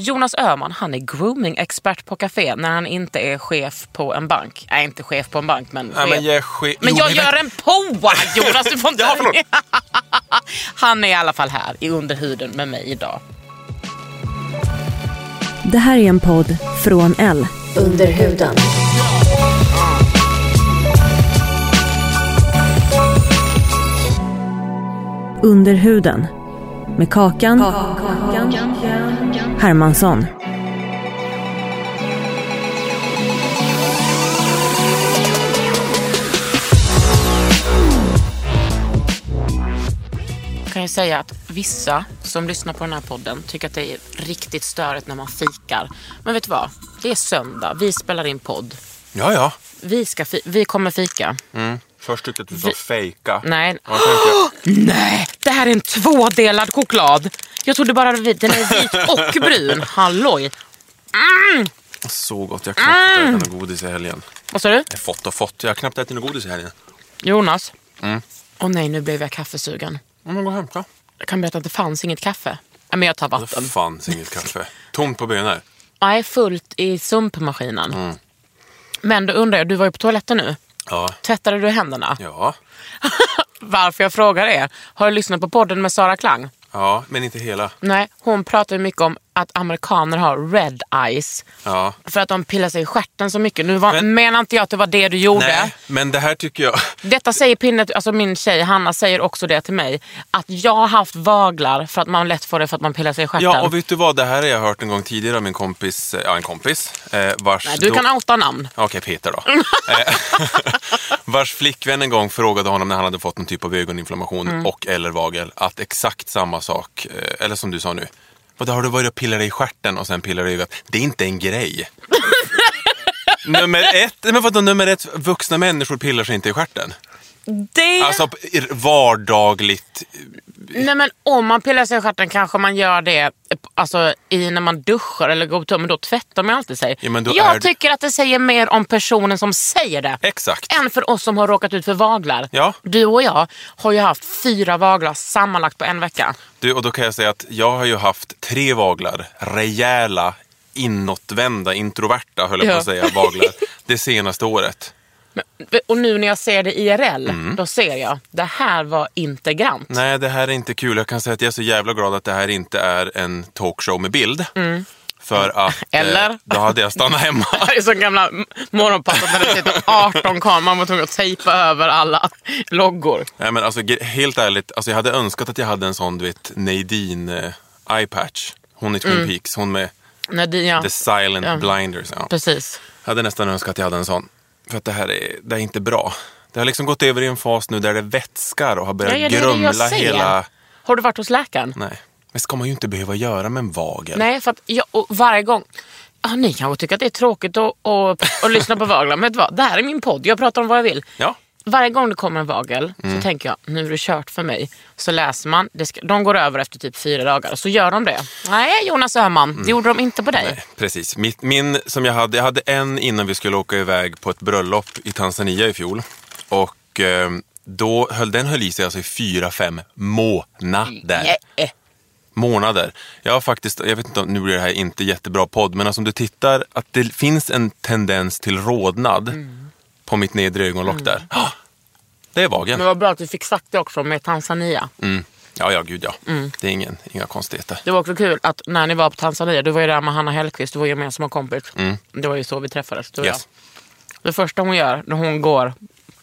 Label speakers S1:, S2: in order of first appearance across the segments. S1: Jonas Öhman, han är grooming-expert på café när han inte är chef på en bank. Nej, inte chef på en bank, men...
S2: Nej,
S1: chef.
S2: men jag är che-
S1: Men
S2: Jo,
S1: jag
S2: ni
S1: gör
S2: vet-
S1: en poa, Jonas! Du får inte...
S2: Ja, förlåt.
S1: han är i alla fall här i underhuden med mig idag.
S3: Det här är en podd från L.
S4: Under huden. Uh.
S3: Under huden. Med Kakan, Hermansson.
S1: Jag kan ju säga att vissa som lyssnar på den här podden tycker att det är riktigt störigt när man fikar. Men vet du vad? Det är söndag, vi spelar in podd.
S2: Ja, ja. Mm.
S1: Vi, ska fi- vi kommer fika.
S2: Först tyckte jag att du sa fejka.
S1: Nej.
S2: Och jag tänkte,
S1: Nej, det här är en tvådelad choklad. Jag trodde bara det var vit. Den är vit och brun. Halloj.
S2: så gott, jag har knappt
S1: Ah!
S2: ätit någon godis i helgen.
S1: Vad sa du?
S2: Jag har fått och fått, jag har knappt ätit någon godis i helgen.
S1: Jonas? Åh nej, nu blev jag kaffesugen.
S2: Ja, men gå och hämta.
S1: Jag kan berätta att det fanns inget kaffe. Nej, Men jag tar
S2: Det
S1: vatten.
S2: fanns inget kaffe. Tomt på bönor.
S1: Nej, fullt i sumpmaskinen. Men då undrar jag, du var ju på toaletten nu.
S2: Ja.
S1: Tvättade du händerna?
S2: Ja.
S1: Varför jag frågar är, har du lyssnat på podden med Sara Klang?
S2: Ja, men inte hela.
S1: Nej, hon pratar ju mycket om att amerikaner har red eyes.
S2: Ja.
S1: För att de pillar sig i stjärten så mycket. Nu var,
S2: Men-
S1: menar inte jag att det var det du gjorde.
S2: Nej, men det här tycker jag...
S1: Detta säger Pinnet, alltså min tjej Hanna säger också det till mig. Att jag har haft vaglar för att man lätt får det för att man pillar sig i stjärten.
S2: Ja, och vet du vad? Det här har jag hört en gång tidigare av min kompis, ja en kompis, eh, vars...
S1: Nej, du
S2: då-
S1: kan outa namn.
S2: Ja, Okej, Peter då. Eh, Vars flickvän en gång frågade honom när han hade fått en typ av ögoninflammation och eller vagel att exakt samma sak, eh, eller som du sa nu. Vad har du varit och pillat dig i stjärten och sen pillat dig i ögat? Det är inte en grej. nummer ett, nej, men vadå nummer ett, vuxna människor pillar sig inte i stjärten.
S1: Det...
S2: Alltså i- vardagligt.
S1: Nej men om man pillar sig i stjärten kanske man gör det eh, alltså, i, när man duschar eller går på toa, men då tvättar man alltid sig.
S2: Ja, men då
S1: jag
S2: är du-
S1: tycker att det säger mer om personen som säger det.
S2: Exakt.
S1: än för oss som har råkat ut för vaglar.
S2: Ja.
S1: Du och jag har ju haft fyra vaglar sammanlagt på en vecka.
S2: Du, och då kan jag säga att jag har ju haft tre vaglar, rejäla, inåtvända, introverta höll jag
S1: Ja.
S2: på att säga, vaglar det senaste året.
S1: Men, och nu när jag ser det IRL,
S2: Mm.
S1: då ser jag. Det här var inte grant.
S2: Nej, det här är inte kul. Jag kan säga att jag är så jävla glad att det här inte är en talkshow med bild. För att Eh,
S1: Mm. Eller?
S2: då hade jag stannat hemma.
S1: Det är som gamla m- morgonpasset när det sitter 18 kameror. Man var tvungen att tejpa över alla loggor.
S2: Nej, men alltså, ge- helt ärligt, alltså, jag hade önskat att jag hade en sån du vet, Nadine eh, eye patch. Hon i Twin Peaks, hon med
S1: Nadine, Mm. ja.
S2: the silent
S1: Ja.
S2: blinders. Ja.
S1: Precis.
S2: Jag hade nästan önskat att jag hade en sån. För att det här är, det här är inte bra. Det har liksom gått över i en fas nu där det vätskar och har börjat
S1: Ja, ja, det är det jag
S2: grumla
S1: säger.
S2: hela...
S1: Har du varit hos läkaren?
S2: Nej, men ska man ju inte behöva göra med en vagel.
S1: Nej, för att jag, och varje gång... Ja, ni kanske tycker att det är tråkigt att, att, att lyssna på vaglar, men vet du vad? Det här är min podd. Jag pratar om vad jag vill.
S2: Ja. Mm.
S1: Varje gång det kommer en vagel så tänker jag, nu är det kört för mig. Så läser man, det ska, de går över efter typ fyra dagar och så gör de det. Nej, Jonas Öhman,
S2: Mm.
S1: det gjorde de inte på dig.
S2: Eh, Precis. Mitt, min som jag hade, jag hade en innan vi skulle åka iväg på ett bröllop i Tanzania i fjol. Och eh, då höll den höll i sig alltså i fyra, fem månader.
S1: Nej.
S2: Månader. Jag har faktiskt, jag vet inte, om- nu blir det här inte jättebra podd, men alltså om du tittar att det finns en tendens till rodnad på mitt nedre ögonlock där. Ah, Det är vagen. Mm.
S1: Men vad bra att vi fick sagt det också med Tanzania.
S2: Ja, ja, gud ja. Det är ingen, inga konstigheter.
S1: Det var också kul att när ni var på Tanzania, du var ju där med Hanna Hellquist, du var gemensamma kompis. Det var ju så vi träffades, du och
S2: Mm. Yes.
S1: jag. Det första hon gör när hon går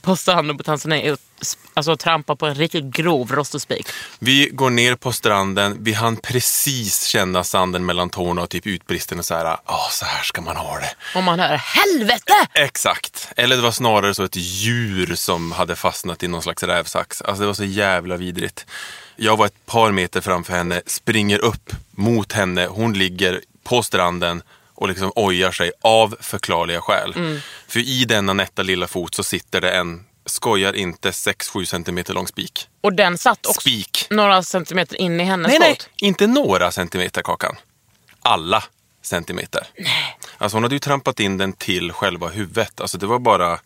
S1: på stranden på Tanzania är att sp- alltså, trampa på en riktigt grov rostespik.
S2: Vi går ner på stranden, vi hann precis känna sanden mellan tårna och typ utbristen och så här, ah så här ska man ha det.
S1: Och man hör helvete!
S2: Exakt. Eller det var snarare så ett djur som hade fastnat i någon slags rävsax. Alltså det var så jävla vidrigt. Jag var ett par meter framför henne, springer upp mot henne. Hon ligger på stranden och liksom ojar sig av förklarliga skäl. För i denna nätta lilla fot så sitter det en, skojar inte, 6-7 centimeter lång spik.
S1: Och den satt också
S2: Spik.
S1: några centimeter in i hennes
S2: Nej, nej,
S1: fot.
S2: inte några centimeter Kakan. Alla centimeter. Alltså hon hade ju trampat in den till själva huvudet. Alltså det var bara...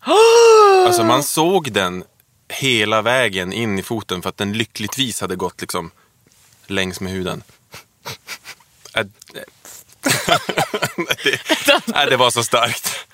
S2: Alltså man såg den hela vägen in i foten för att den lyckligtvis hade gått liksom längs med huden. Äh, det, äh, det var så starkt.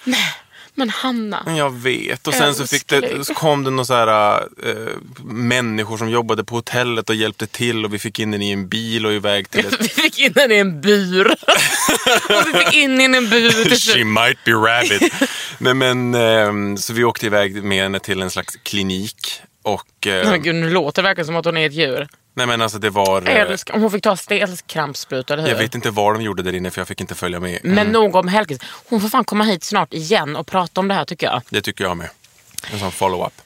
S1: Men Hanna,
S2: Jag vet. Och sen så, fick det, så kom det någon så här, eh, människor som jobbade på hotellet och hjälpte till och vi fick in den i en bil och iväg till ett...
S1: vi fick in henne i en bur. och vi fick in henne i en bur till
S2: She
S1: slut.
S2: might be rabid. Nej, men, ehm, så vi åkte iväg med henne till en slags klinik. Och, eh,
S1: Men gud, nu låter det verkligen som att hon är ett djur.
S2: nej men alltså det var... eh,
S1: Eller ska- Om hon fick ta stelkrampsspruta, eller hur?
S2: jag vet inte Mm. vad de gjorde där inne för jag fick inte följa med.
S1: Men nog om Hellkvist. Hon får fan komma hit snart igen och prata om det här tycker jag.
S2: Det tycker jag med. En sån follow-up.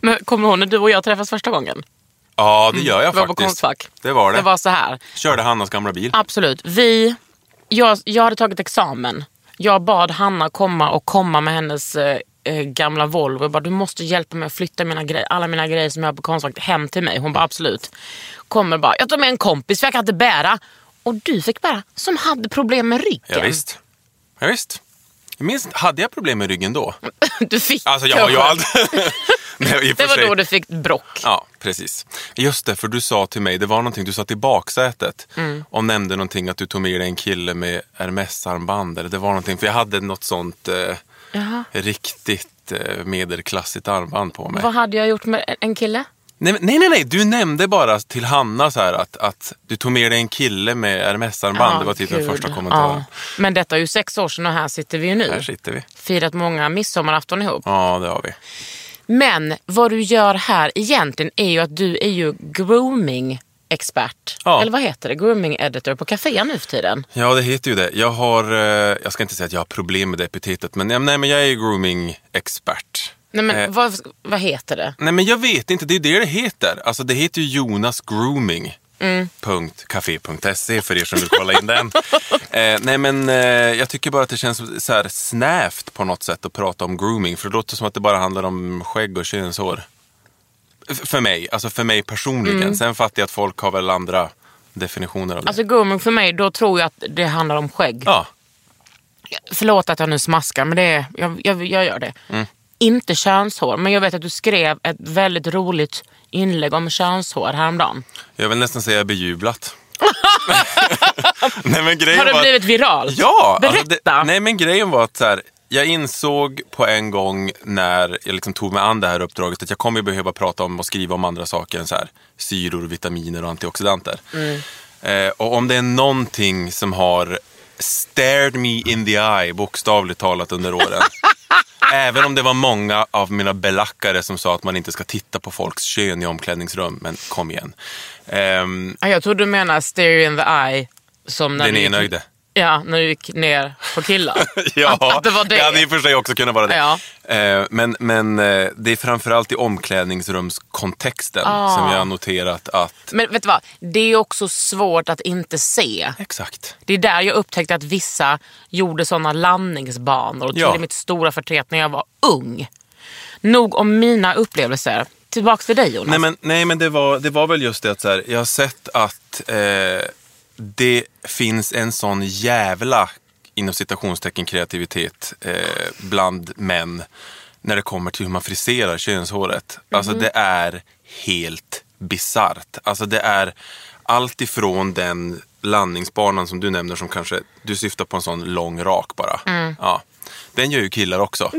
S1: Men kommer du ihåg när du och jag träffades första gången?
S2: Ja, det gör jag
S1: Mm. Det var på
S2: faktiskt.
S1: Konstfack.
S2: Det var det.
S1: Det var Ah, så här.
S2: Körde Hannas gamla bil.
S1: Absolut. Vi, jag, jag hade tagit examen. Jag bad Hanna komma och komma med hennes eh, eh, gamla Volvo. Jag bara, du måste hjälpa mig att flytta mina grej, alla mina grejer som jag har på Konstfack hem till mig. Hon bara absolut. Kommer bara, jag tar med en kompis för jag kan inte bära. Och du fick bära, som hade problem med ryggen.
S2: Ja, visst. Ja, visst. Jag minns, hade jag problem med ryggen då?
S1: Du fick
S2: Alltså jag har ju
S1: kanske-
S2: aldrig... Nej, i och för
S1: Det var
S2: sig.
S1: då du fick brock.
S2: Ja, precis. Just det, för du sa till mig, det var någonting du sa till baksätet
S1: Mm.
S2: och nämnde någonting att du tog med dig en kille med Hermes-armband. Eller det var någonting, för jag hade något sånt eh,
S1: Jaha.
S2: riktigt eh, medelklassigt armband på mig.
S1: Vad hade jag gjort med en- en kille?
S2: Nej, men- nej, nej, nej, du nämnde bara till Hanna så här att, att du tog med dig en kille med Hermes-armband. det var typ den
S1: gud.
S2: första kommentaren.
S1: Ja. Men detta är ju sex år sedan och här sitter vi ju nu.
S2: Här sitter vi.
S1: Firat många midsommarafton ihop.
S2: Ja, det har vi.
S1: Men vad du gör här egentligen är ju att du är ju grooming-expert.
S2: Ja.
S1: Eller vad heter det? Grooming-editor på kaféer nu för tiden.
S2: Ja, det heter ju det. Jag har, eh, jag ska inte säga att jag har problem med det epitetet, men, ja, nej, men jag är ju grooming-expert.
S1: Nej, men
S2: Eh.
S1: vad, vad heter det?
S2: Nej men jag vet inte, det är ju det det heter. Alltså det heter ju Jonas Grooming.
S1: Mm.
S2: punkt .café.se för er som vill kolla in den. Eh, nej men eh, jag tycker bara att det känns så här snävt på något sätt att prata om grooming för det låter som att det bara handlar om skägg och könshår. F- för mig, alltså för mig personligen. Sen fattar jag att folk har väl andra definitioner av det.
S1: Mm. Alltså grooming för mig, då tror jag att det handlar om skägg.
S2: ja,
S1: Förlåt att jag nu smaskar, men det är, jag, jag, jag gör det.
S2: Mm.
S1: Inte könshår, men jag vet att du skrev ett väldigt roligt inlägg om könshår häromdagen.
S2: jag vill nästan säga bejublat. nej, men grejen
S1: Har det
S2: var att-
S1: blivit viralt?
S2: Ja!
S1: Berätta!
S2: alltså det, nej men grejen var att så här, jag insåg på en gång när jag liksom tog mig an det här uppdraget att jag kommer ju behöva prata om och skriva om andra saker än så här, syror, vitaminer och antioxidanter. Eh, och om det är någonting som har stared me in the eye bokstavligt talat under åren. Även om det var många av mina belackare som sa att man inte ska titta på folks kön i omklädningsrum. Men kom igen. Ehm,
S1: Ja, Jag tror du menar stare you in the eye. Som när
S2: den
S1: du gick-
S2: enögde.
S1: Ja, när du gick ner på killar.
S2: Ja,
S1: att, att det var det.
S2: hade i och för sig också kunnat vara det.
S1: Ja.
S2: Eh, Men, men eh, det är framförallt i omklädningsrumskontexten
S1: Ah.
S2: som jag har noterat att...
S1: Men vet du vad? Det är också svårt att inte se.
S2: Exakt.
S1: Det är där jag upptäckte att vissa gjorde såna landningsbanor. Och till
S2: Ja.
S1: mitt stora förtret när jag var ung. Nog om mina upplevelser. Tillbaka till dig Jonas.
S2: Nej men, nej, men det, var, det var väl just det att så här, jag har sett att eh, det finns en sån jävla, inom citationstecken, kreativitet eh, bland män när det kommer till hur man friserar könshåret.
S1: Mhm.
S2: Alltså det är helt bisarrt. Alltså det är allt ifrån den landningsbanan som du nämner som kanske,
S1: Mm.
S2: du syftar på en sån lång rak bara. Ja. Den gör ju killar också.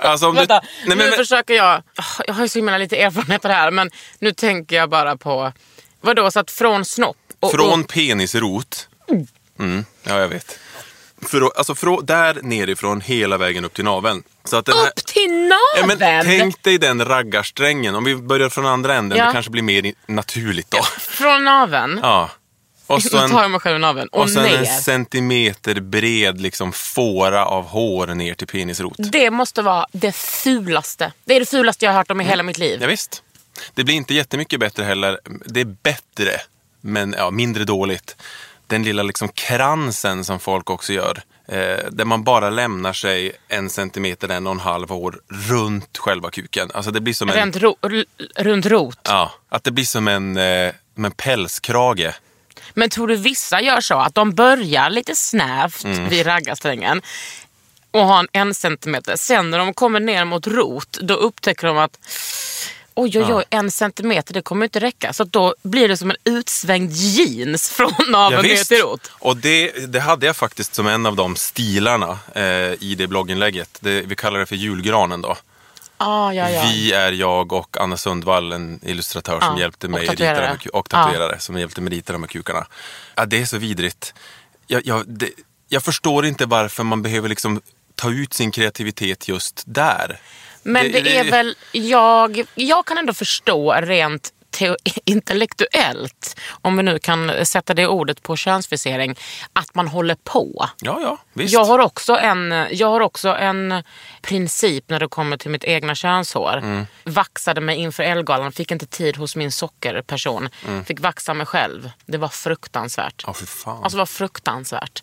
S2: Alltså, om du-
S1: Vänta,
S2: Nej, men-
S1: nu
S2: men-
S1: försöker jag. Jag har ju så himla lite erfarenhet av det här men nu tänker jag bara på, vadå så att från snopp? och
S2: Från
S1: upp-
S2: penisrot. Mm, ja, jag vet. Frå, alltså, frå, där nerifrån hela vägen upp till naveln. Så att den här-
S1: upp till
S2: Ja, men
S1: naveln?
S2: tänk dig den raggarsträngen. Om vi börjar från andra änden,
S1: Ja.
S2: det kanske blir mer i- naturligt då.
S1: Från naveln?
S2: Ja. Och så
S1: nu tar jag
S2: Alltså en,
S1: mig själv i naveln. Och,
S2: och sen
S1: ner.
S2: en centimeter bred liksom, fåra av hår ner till penisrot.
S1: Det måste vara det fulaste. Det är det fulaste jag har hört om i
S2: Mm.
S1: hela mitt liv.
S2: Ja, visst. Det blir inte jättemycket bättre heller. Det är bättre, men ja, mindre dåligt. Den lilla liksom kransen som folk också gör. Eh, där man bara lämnar sig en centimeter, en och en halv hår runt själva kuken. Alltså det blir som en,
S1: Rent ro, r- runt rot.
S2: ja, att det blir som en, eh, som en pälskrage.
S1: Men tror du vissa gör så? Att de börjar lite snävt vid raggarsträngen och har en, en centimeter. Sen när de kommer ner mot rot, då upptäcker de att oj, oj, oj, en centimeter, det kommer inte räcka. Så att då blir det som en utsvängd jeans från naveln ner till rot.
S2: Och det, det hade jag faktiskt som en av de stilarna eh, i det blogginlägget. Det, vi kallar det för julgranen då.
S1: Ah, ja, ja.
S2: Vi är jag och Anna Sundvall, en illustratör som
S1: Ja,
S2: hjälpte
S1: och
S2: mig
S1: tatuerare.
S2: rita de här, ku- och tatuerare som hjälpte mig rita de här kukarna. Ja, det är så vidrigt. Jag, jag, det, jag förstår inte varför man behöver liksom ta ut sin kreativitet just där.
S1: Men det, är väl, jag, jag kan ändå förstå rent teo- intellektuellt, om vi nu kan sätta det ordet på könsfixering, att man håller på.
S2: Ja, ja, visst.
S1: Jag har, också en, jag har också en princip när det kommer till mitt egna könshår.
S2: Mm.
S1: Vaxade mig inför Ellegalan, fick inte tid hos min sockerperson. Fick vaxa mig själv. Det var fruktansvärt.
S2: Mm. Ja, fy fan.
S1: Alltså det var fruktansvärt.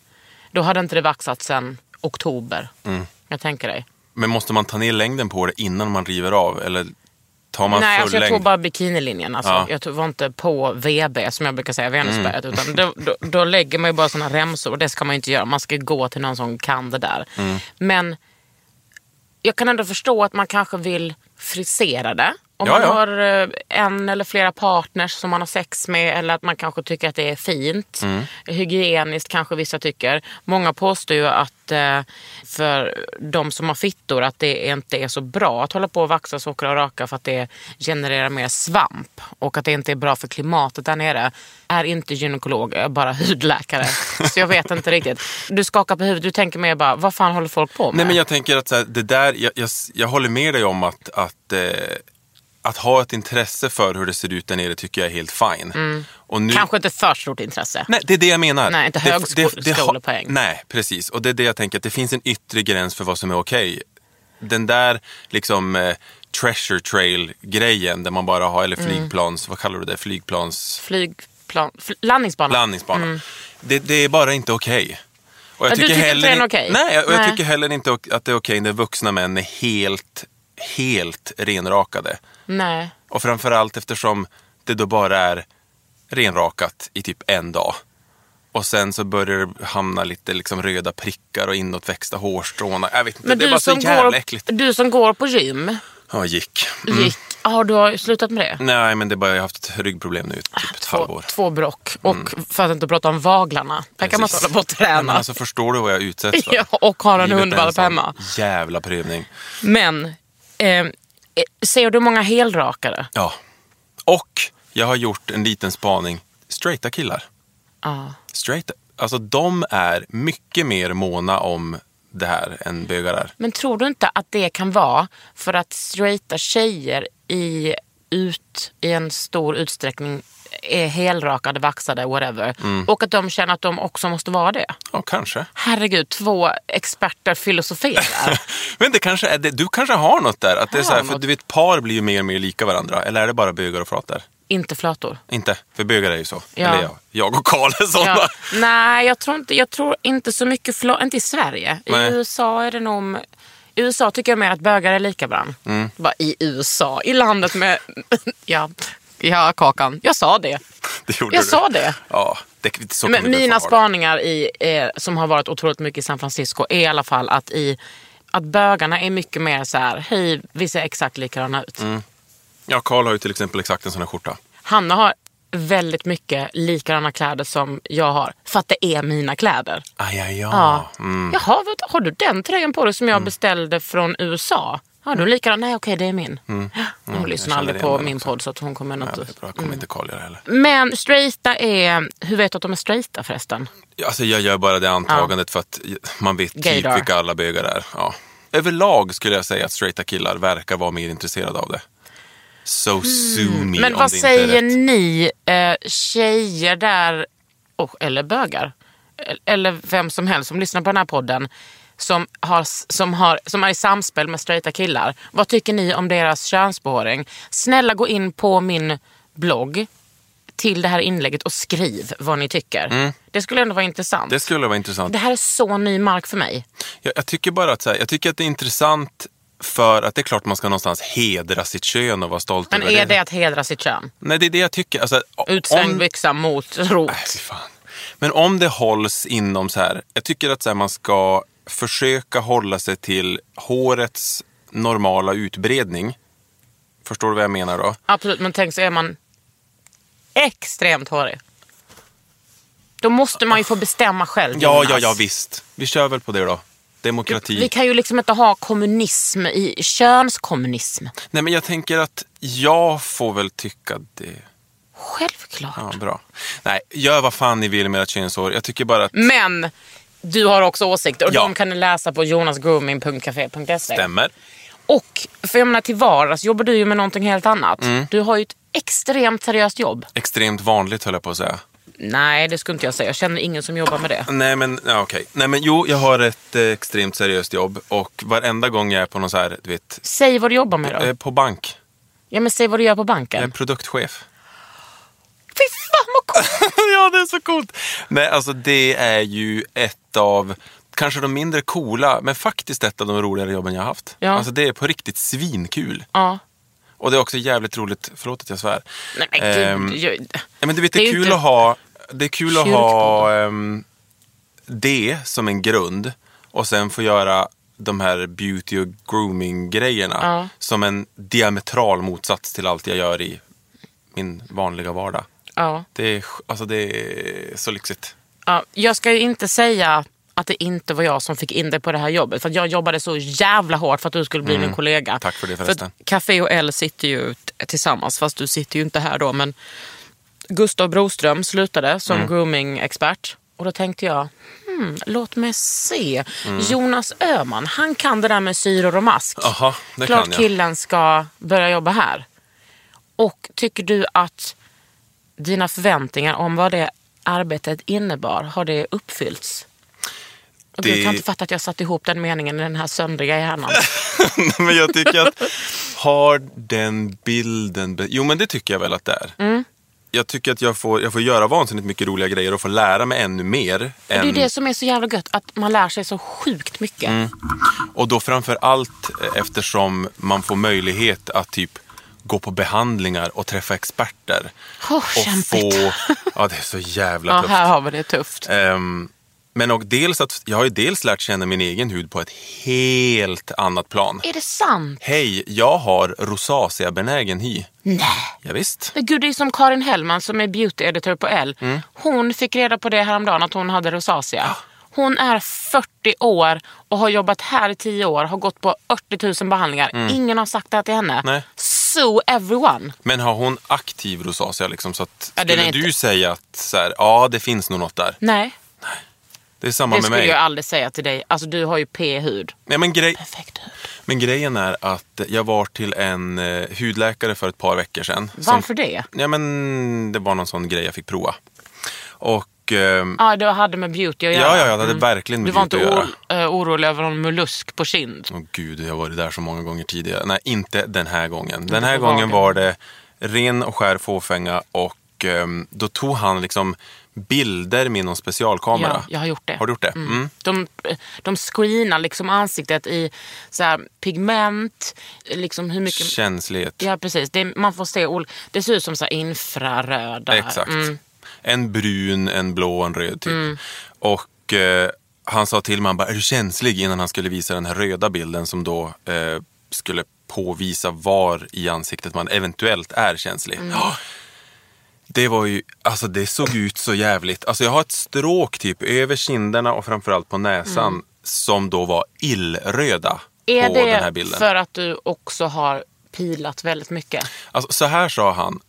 S1: Då hade inte det vaxat sen oktober.
S2: Mm.
S1: Jag tänker dig.
S2: Men måste man ta ner längden på det innan man river av? Eller tar man
S1: Nej,
S2: full
S1: alltså jag
S2: längd?
S1: tog bara bikinilinjen. Alltså.
S2: Ja. Mm.
S1: Jag tog, var inte på VB som jag brukar säga, Venusberget. Utan då, då, då lägger man ju bara såna remsor och det ska man ju inte göra. Man ska gå till någon som kan det där.
S2: Mm.
S1: Men jag kan ändå förstå att man kanske vill frisera det. Om
S2: Ja,
S1: man
S2: ja.
S1: har eh, en eller flera partners som man har sex med eller att man kanske tycker att det är fint.
S2: Mm.
S1: Hygieniskt kanske vissa tycker. Många påstår ju att eh, för de som har fittor att det inte är så bra att hålla på och vaxa, sockra och raka för att det genererar mer svamp och att det inte är bra för klimatet där nere. Är inte gynekolog, jag är bara hudläkare. så jag vet inte riktigt. Du skakar på huvudet, du tänker mer bara vad fan håller folk på med?
S2: Nej, men jag tänker att så här, det där, jag, jag, jag håller med dig om att, att, eh, att ha ett intresse för hur det ser ut där nere tycker jag är helt fine. Och nu,
S1: Mm. Kanske inte för stort intresse.
S2: Nej, det är det jag menar.
S1: Nej, inte
S2: Det- det- det-
S1: högskolepoäng.
S2: Nej, precis. Och det är det jag tänker, att det finns en yttre gräns för vad som är okej. Den där liksom eh, treasure trail-grejen där man bara har, eller
S1: Mm.
S2: flygplans, vad kallar du det, flygplans...
S1: Flygplan, fl- landningsbana. Mm.
S2: landningsbana. Det, det är bara inte okej. Och
S1: Ja, du tycker inte den är
S2: i-
S1: okej?
S2: Nej, och jag
S1: Nej.
S2: tycker heller inte ok- att det är okej när vuxna män är helt, helt renrakade.
S1: Nej.
S2: Och framförallt eftersom det då bara är renrakat i typ en dag. Och sen så börjar det hamna lite liksom röda prickar och inåtväxta hårstrån. Jag vet inte,
S1: Men
S2: det är
S1: du
S2: bara så
S1: som,
S2: jävla
S1: går,
S2: äckligt. Mm.
S1: du som går på gym,
S2: Ja, gick. Mm.
S1: gick, har du har slutat med det?
S2: Nej, men det är bara, jag har haft ett ryggproblem nu i typ ett
S1: Ah, Två,
S2: halvår. Mm.
S1: två brock och för att inte prata om vaglarna. Där kan man inte hålla
S2: Precis.
S1: på och
S2: Nej, men
S1: träna.
S2: alltså, förstår du vad jag utsätts för?
S1: Ja, och har en
S2: Livet är
S1: hundvalp
S2: sån
S1: hemma.
S2: Jävla prövning.
S1: Men eh, eh, ser du många helrakare?
S2: Ja. Och jag har gjort en liten spaning. Straighta killar.
S1: Ja.
S2: Straighta. Alltså de är mycket mer måna om det här än bögar är.
S1: Men tror du inte att det kan vara för att straighta tjejer i, ut, i en stor utsträckning är helrakade, vaxade, whatever.
S2: Mm.
S1: Och att de känner att de också måste vara det.
S2: Ja, kanske.
S1: Herregud, två experter filosoferar.
S2: Men det kanske är det. du kanske har något där. Att det är så här,
S1: Har
S2: för
S1: något.
S2: du vet, par blir ju mer och mer lika varandra. Eller är det bara bögar och frater?
S1: inte flator.
S2: Inte, för bögar är ju så.
S1: Ja.
S2: Eller jag, jag och Karl är sådana.
S1: Ja. Nej, jag tror, inte, jag tror inte så mycket flator. Inte i Sverige.
S2: Nej.
S1: I USA är det nog... I USA tycker jag mer att bögar är lika varandra.
S2: Mm.
S1: Bara i USA, i landet med... ja, ja, Kakan. Jag sa det.
S2: Det gjorde
S1: Jag
S2: du.
S1: sa det.
S2: Ja, det, så
S1: Men
S2: kommer det
S1: mina
S2: få vara.
S1: spaningar i, eh, som har varit otroligt mycket i San Francisco är i alla fall att, i, att bögarna är mycket mer så här, hej, vi ser exakt likadana ut.
S2: Ja, Karl har ju till exempel exakt en sån här skjorta.
S1: Hanna har väldigt mycket likadana kläder som jag har. För att det är mina kläder.
S2: Aj, aj,
S1: Ja.
S2: ja. Mm.
S1: Jaha, vad, har du den tröjan på dig som jag beställde från USA? Har du likadan? Nej, okej, det är min. Hon lyssnar
S2: Mm. känner
S1: aldrig
S2: det
S1: på
S2: med
S1: min
S2: också.
S1: podd så att hon kommer
S2: Ja,
S1: inte...
S2: det är bra. Jag
S1: Mm.
S2: kommer inte kolla det heller.
S1: Men straighta är... Hur vet du att de är straighta förresten?
S2: Alltså jag gör bara det antagandet för att man vet
S1: Gaydar.
S2: typ vilka alla bögar är. Ja. Överlag skulle jag säga att straighta killar verkar vara mer intresserade av det. So sue me
S1: Mm. Men
S2: om
S1: vad
S2: det inte är
S1: säger
S2: rätt.
S1: ni eh, tjejer där, och, eller bögar, el- eller vem som helst som lyssnar på den här podden, som, har, s- som, har, som är i samspel med straighta killar. Vad tycker ni om deras könsbehåring? Snälla gå in på min blogg till det här inlägget och skriv vad ni tycker. Det skulle ändå vara intressant.
S2: Det skulle vara intressant.
S1: Det här är så ny mark för mig.
S2: Jag, jag tycker bara att, så här, jag tycker att det är intressant för att det är klart man ska någonstans hedra sitt kön och vara stolt
S1: Men
S2: över
S1: är det att hedra sitt kön?
S2: Nej, det är det jag tycker. Alltså,
S1: Utslängd
S2: om-
S1: byxa mot rot.
S2: Äh, fy fan. Men om det hålls inom så här, jag tycker att så här, man ska försöka hålla sig till hårets normala utbredning. Förstår du vad jag menar då?
S1: Absolut, men tänk så är man extremt hårig. Då måste man ju få bestämma själv.
S2: Ja,
S1: Jonas.
S2: ja, ja visst. Vi kör väl på det då. Demokrati.
S1: Vi kan ju liksom inte ha kommunism i könskommunism.
S2: Nej, men jag tänker att jag får väl tycka det.
S1: Självklart.
S2: Ja, bra. Nej, gör vad fan ni vill med ert könshår. Jag tycker bara att
S1: Men du har också åsikter och
S2: Ja.
S1: de kan ni läsa på jonasgrooming.café.se.
S2: stämmer.
S1: Och för jag menar till vardags jobbar du ju med någonting helt annat.
S2: Mm.
S1: Du har ju ett extremt seriöst jobb.
S2: Extremt vanligt höll jag på att säga.
S1: Nej, det skulle inte jag säga. Jag känner ingen som jobbar med det.
S2: Nej men ja, okej. Nej men jo, jag har ett eh, extremt seriöst jobb och varenda gång jag är på någon så här, du vet,
S1: Säg vad du jobbar med då.
S2: Eh, På bank.
S1: Ja, men säg vad du gör på
S2: Jag är
S1: banken.
S2: produktchef.
S1: Fy fan vad
S2: Eh.
S1: coolt!
S2: ja, det är så coolt. Nej, alltså det är ju ett av kanske de mindre coola, men faktiskt ett av de roligare jobben jag har haft.
S1: Ja.
S2: Alltså det är på riktigt svinkul.
S1: Ja.
S2: Och det är också jävligt roligt, förlåt att jag svär.
S1: Nej men gud.
S2: Ehm,
S1: jag,
S2: ja, men du vet,
S1: Det är
S2: det är
S1: ju
S2: kul
S1: inte-
S2: att ha, det är kul att ha
S1: Kyrkboden.
S2: ehm, det som en grund och sen få göra de här beauty och grooming-grejerna
S1: Ja.
S2: som en diametral motsats till allt jag gör i min vanliga vardag.
S1: ja,
S2: Det är, sj- alltså det är så lyxigt.
S1: ja, jag ska ju inte säga att det inte var jag som fick in dig på det här jobbet. För att jag jobbade så jävla hårt för att du skulle bli min kollega.
S2: Mm. Tack för det
S1: att
S2: förresten.
S1: Café och L sitter ju t- tillsammans, fast du sitter ju inte här då. Men Gustav Broström slutade som
S2: Mm.
S1: grooming-expert. Och då tänkte jag, hmm, låt mig se.
S2: Mm.
S1: Jonas Öman, han kan det där med syror och mask.
S2: Aha, det
S1: Klart
S2: kan jag.
S1: killen ska börja jobba här. Och tycker du att dina förväntningar om vad det arbetet innebar, har det uppfyllts? Och Gud,
S2: Det-
S1: jag kan inte fatta att jag satte ihop den meningen i den här söndriga hjärnan.
S2: men jag tycker att, har den bilden... Be- jo men det tycker jag väl att det är.
S1: Mm.
S2: Jag tycker att jag får, jag får göra vansinnigt mycket roliga grejer och få lära mig ännu mer.
S1: Det är ju
S2: än-
S1: det som är så jävla gött, att man lär sig så sjukt mycket.
S2: Mm. Och då framför allt eh, eftersom man får möjlighet att typ gå på behandlingar och träffa experter.
S1: Åh,
S2: och
S1: kämpigt.
S2: få... Ja, det är så
S1: ja,
S2: jävla tufft.
S1: här har vi det tufft.
S2: Ehm, men och dels att jag har ju dels lärt känna min egen hud på ett helt annat plan.
S1: Är det sant?
S2: Hej, jag har rosacea-benägen hy.
S1: Nej.
S2: Ja, visst.
S1: Men gud, det är som Karin Hellman som är beauty editor på L.
S2: Mm.
S1: Hon fick reda på det häromdagen att hon hade rosacea. Hon är 40 år och har jobbat här i 10 år, har gått på 80 000 behandlingar. Ingen har sagt det här till henne.
S2: Mm. Nej.
S1: Sue everyone.
S2: Men har hon aktiv rosacea liksom så att
S1: Ja, den
S2: skulle
S1: är inte-
S2: du säga att så här, ja det finns nog något där.
S1: Nej,
S2: Det är samma
S1: det
S2: med
S1: skulle
S2: mig.
S1: jag aldrig säga till dig. Alltså du har ju p-hud.
S2: Nej, men, grej...
S1: Perfekt hud.
S2: men grejen är att jag var till en eh, hudläkare för ett par veckor sedan.
S1: Varför
S2: som...
S1: det?
S2: Ja men det var någon sån grej jag fick prova. Och ehm,
S1: Ja, det hade med beauty att göra. Mm.
S2: ja, ja, jag hade verkligen
S1: Du
S2: med
S1: var
S2: beauty
S1: inte
S2: att göra.
S1: o- eh, orolig över någon mollusk på kind?
S2: Åh gud, jag har varit där så många gånger tidigare. Nej, inte den här gången. Den här
S1: på
S2: gången
S1: vagen.
S2: var det ren och skär fåfänga och ehm, då tog han liksom bilder med någon specialkamera.
S1: Ja, jag har gjort det.
S2: Har du gjort det? Mm.
S1: De, eh, de screenar liksom ansiktet i så här, pigment, liksom hur mycket...
S2: Känslighet.
S1: Ja precis, det, man får se ol- Det ser ut som så här infraröda.
S2: Exakt.
S1: Mm.
S2: En brun, en blå och en röd typ. Och eh, han sa till mig, han bara, är du känslig? Innan han skulle visa den här röda bilden som då eh,
S1: Mm.
S2: skulle påvisa var i ansiktet man eventuellt är känslig. Ja. Det var ju, alltså det såg ut så jävligt. Alltså jag har ett stråk typ över kinderna och framförallt på näsan som då var illröda
S1: Mm. Är
S2: på
S1: det
S2: den här bilden.
S1: för att du också har pilat väldigt mycket?
S2: Alltså, så här sa han.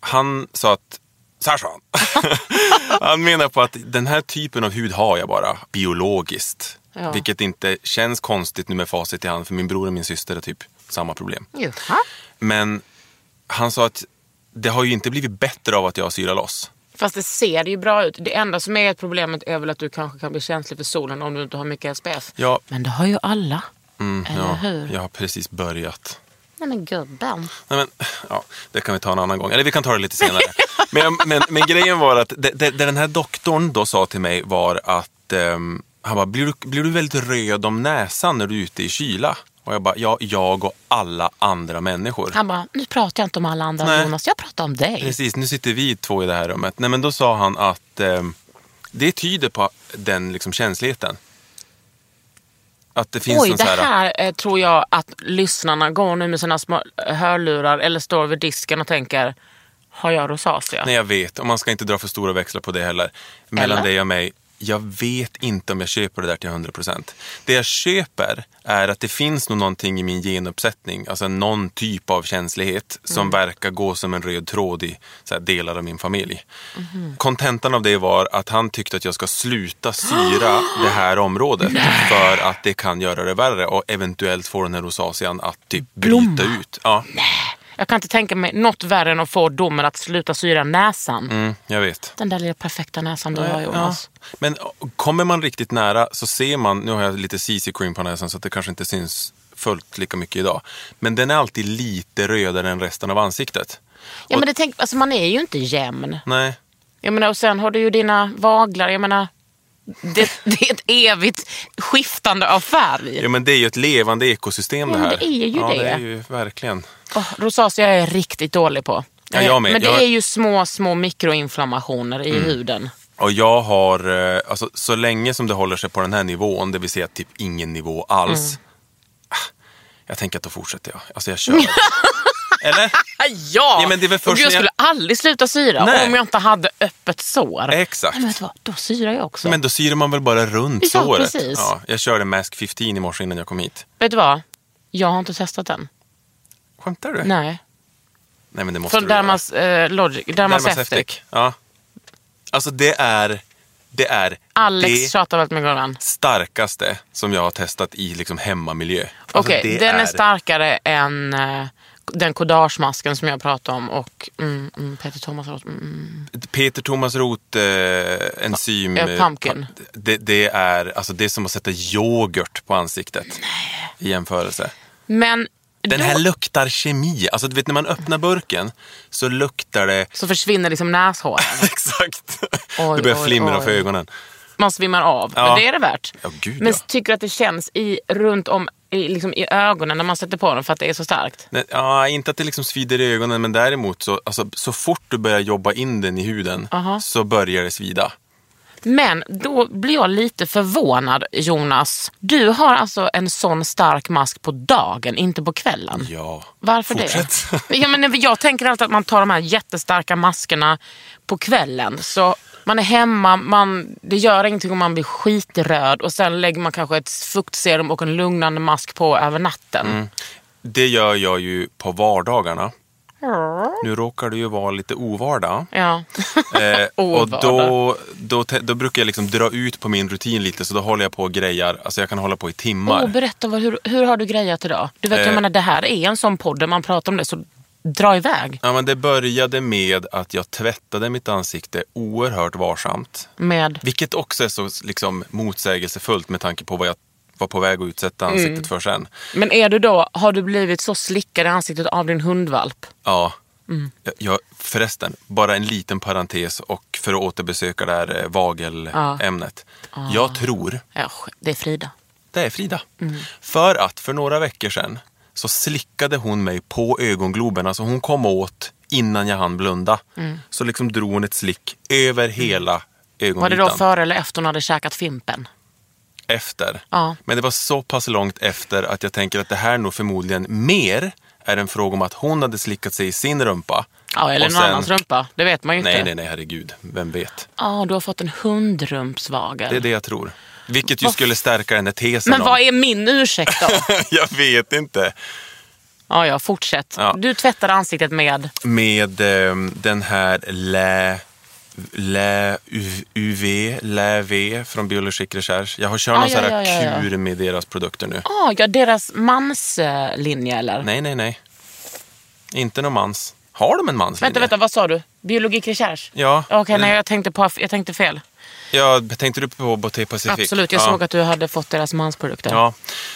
S2: Han sa att... Så här sa han. han menar på att den här typen av hud har jag bara biologiskt.
S1: Ja.
S2: Vilket inte känns konstigt nu med facit i hand för min bror och min syster har typ samma problem.
S1: Jaha.
S2: Men han sa att det har ju inte blivit bättre av att jag har syra loss.
S1: Fast det ser ju bra ut. Det enda som är ett problemet är väl att du kanske kan bli känslig för solen om du inte har mycket SPF.
S2: Ja,
S1: Men det har ju alla.
S2: mm,
S1: Eller
S2: ja,
S1: hur?
S2: jag har precis börjat.
S1: Nej men gubben.
S2: Nej, men, ja, det kan vi ta en annan gång. Eller vi kan ta det lite senare. men, jag- men, men grejen var att det, det, det den här doktorn då sa till mig var att ehm, han bara, blir du, blir du väldigt röd om näsan när du är ute i kyla? Och jag bara, ja, jag och alla andra människor.
S1: Han bara, nu pratar jag inte om alla andra
S2: Nej.
S1: Jonas, jag pratar om dig.
S2: Precis, nu sitter vi två i det här rummet. Nej, men då sa han att ehm, det tyder på den liksom, känsligheten. Att det finns
S1: Oj,
S2: någon
S1: det
S2: så här...
S1: här eh, tror jag att lyssnarna går nu med sina små eh, hörlurar eller står vid disken och tänker, har jag rosacea?
S2: Nej, jag vet. Och man ska inte dra för stora växlar på det heller. Mellan
S1: Eller?
S2: dig och mig. Jag vet inte om jag köper det där till 100%. Det jag köper är att det finns nog någonting i min genuppsättning, alltså någon typ av känslighet som verkar gå som en röd tråd i så här, delar av min familj. Kontentan av det var att han tyckte att jag ska sluta syra det här området för att det kan göra det värre och eventuellt få den här rosacean att typ bryta ut. Ja,
S1: Jag kan inte tänka mig något värre än att få domen att sluta syra näsan.
S2: mm, jag vet.
S1: Den där lilla perfekta näsan du har Jonas.
S2: Ja. Men eh, kommer man riktigt nära så ser man, nu har jag lite CC cream på näsan så att det kanske inte syns fullt lika mycket idag. Men den är alltid lite rödare än resten av ansiktet.
S1: Ja, men det tänk, alltså, man är ju inte jämn.
S2: Nej,
S1: Jag menar, och sen har du ju dina vaglar. Jag menar, det, det är ett evigt skiftande av färg.
S2: ja, men det är ju ett levande ekosystem
S1: Ja,
S2: det
S1: men
S2: här.
S1: det är ju
S2: ja,
S1: det.
S2: det. är ju verkligen.
S1: Oh, rosacea är jag riktigt dålig på.
S2: Ja, jag med.
S1: Men det
S2: Jag- Mm.
S1: är ju små, små mikroinflammationer i huden.
S2: Och jag har, eh, alltså, så länge som det håller sig på den här nivån, det vill säga typ ingen nivå alls.
S1: Mm.
S2: ah, Jag tänker att då fortsätter jag. Alltså jag kör. Eller?
S1: Ah, Ja!
S2: Ja, men det är väl
S1: Och
S2: först
S1: Gud, jag
S2: när jag-
S1: skulle aldrig sluta syra
S2: Nej.
S1: om jag inte hade öppet sår.
S2: Exakt.
S1: Nej, men vet du vad? Då syrar jag också.
S2: Men då syr man väl bara runt
S1: Ja,
S2: såret?
S1: precis.
S2: Ja, jag körde Mask 15 i morse innan jag kom hit.
S1: Vet du vad? Jag har inte testat den.
S2: Skämtar du?
S1: Nej.
S2: Nej, men det måste
S1: Från
S2: du göra.
S1: Dermas, eh, Logic, Dermaceutic.
S2: Dermaceutic. Ja. Alltså det är det, är
S1: Alex
S2: det
S1: tjatar väldigt mycket om den.
S2: starkaste som jag har testat i liksom hemmamiljö. Alltså
S1: Okej,
S2: det
S1: den är... starkare än eh, den kodagemasken som jag pratade om och mm, mm, Peter Thomas. Mm.
S2: Peter Thomas Roth, eh, enzym...
S1: Eh, pumpkin.
S2: pa- Det, det, är, alltså det är som att sätta yoghurt på ansiktet i jämförelse.
S1: Men
S2: Den
S1: då
S2: här luktar kemi. Alltså du vet när man öppnar burken så luktar det
S1: så försvinner liksom näshåren.
S2: Exakt.
S1: Oj,
S2: det börjar
S1: oj,
S2: flimra
S1: oj.
S2: för ögonen.
S1: Man svimmar av.
S2: Ja.
S1: Men det är det värt.
S2: Ja, gud,
S1: Men
S2: ja.
S1: tycker du att det känns i, runt om i, liksom, i ögonen när man sätter på den för att det är så starkt?
S2: Nej, ja, inte att det liksom svider i ögonen, men däremot så, alltså, så fort du börjar jobba in den i huden
S1: Aha.
S2: så börjar det svida.
S1: Men då blir jag lite förvånad Jonas. Du har alltså en sån stark mask på dagen, inte på kvällen.
S2: Ja.
S1: Varför
S2: Fortsätt.
S1: det? Ja, men jag tänker alltid att man tar de här jättestarka maskerna på kvällen. Så man är hemma, man, det gör ingenting om man blir skitröd och sen lägger man kanske ett fuktserum och en lugnande mask på över natten.
S2: Mm. Det gör jag ju på vardagarna. Nu råkar det ju vara lite ovardag.
S1: Ja.
S2: Eh, och
S1: Ovardag.
S2: då, då, te- då brukar jag liksom dra ut på min rutin lite, så då håller jag på och grejar. Alltså jag kan hålla på i timmar.
S1: Oh, berätta, vad, hur, hur har du grejat idag? Du vet, jag
S2: Eh.
S1: menar, det här är en sån podd där man pratar om det, så dra iväg
S2: ja, men det började med att jag tvättade mitt ansikte oerhört varsamt.
S1: med...
S2: Vilket också är så liksom, motsägelsefullt med tanke på vad jag var på väg att utsätta ansiktet
S1: Mm.
S2: för sen.
S1: Men är du då, har du blivit så slickad i ansiktet av din hundvalp?
S2: Ja.
S1: Mm.
S2: Jag, jag, förresten, bara en liten parentes och för att återbesöka det här eh, vagelämnet.
S1: Ah.
S2: Jag tror
S1: Ja, det är Frida.
S2: det är Frida.
S1: Mm.
S2: För att för några veckor sedan så slickade hon mig på ögongloben. Alltså hon kom åt innan jag hann blunda.
S1: Mm.
S2: Så liksom drog hon ett slick över hela ögonvitan.
S1: Var det då före eller efter hon hade käkat Fimpen?
S2: efter.
S1: Ja.
S2: Men det var så pass långt efter att jag tänker att det här nog förmodligen mer är en fråga om att hon hade slickat sig i sin rumpa
S1: Ja, eller
S2: Och
S1: någon
S2: sen-
S1: annans rumpa. Det vet man ju
S2: Nej,
S1: inte.
S2: nej, nej, herregud. Vem vet?
S1: Ja, du har fått en hundrumpsvagel.
S2: Det är det jag tror. Vilket ju
S1: Vad-
S2: skulle stärka den där tesen
S1: Men
S2: om-
S1: vad är min ursäkt då?
S2: Jag vet inte.
S1: ja, ja, fortsätt.
S2: Ja.
S1: Du tvättade ansiktet med...
S2: Med ehm, den här Lä... Lä U- UV, Lä V från Biologisk Recherche. Jag har kört
S1: Ah,
S2: någon
S1: ja,
S2: sån här
S1: ja, ja, ja.
S2: kur med deras produkter nu.
S1: Ah, ja, deras manslinje eller?
S2: Nej, nej, nej. Inte någon mans. Har de en manslinje?
S1: Vänta, vänta, vad sa du? Biologik recherche?
S2: Ja.
S1: Okej, nej
S2: jag...
S1: jag tänkte, på, jag tänkte fel.
S2: tänkte du på Boté Pacific?
S1: Absolut, jag
S2: ja.
S1: såg att du hade fått deras mansprodukter.
S2: Ja,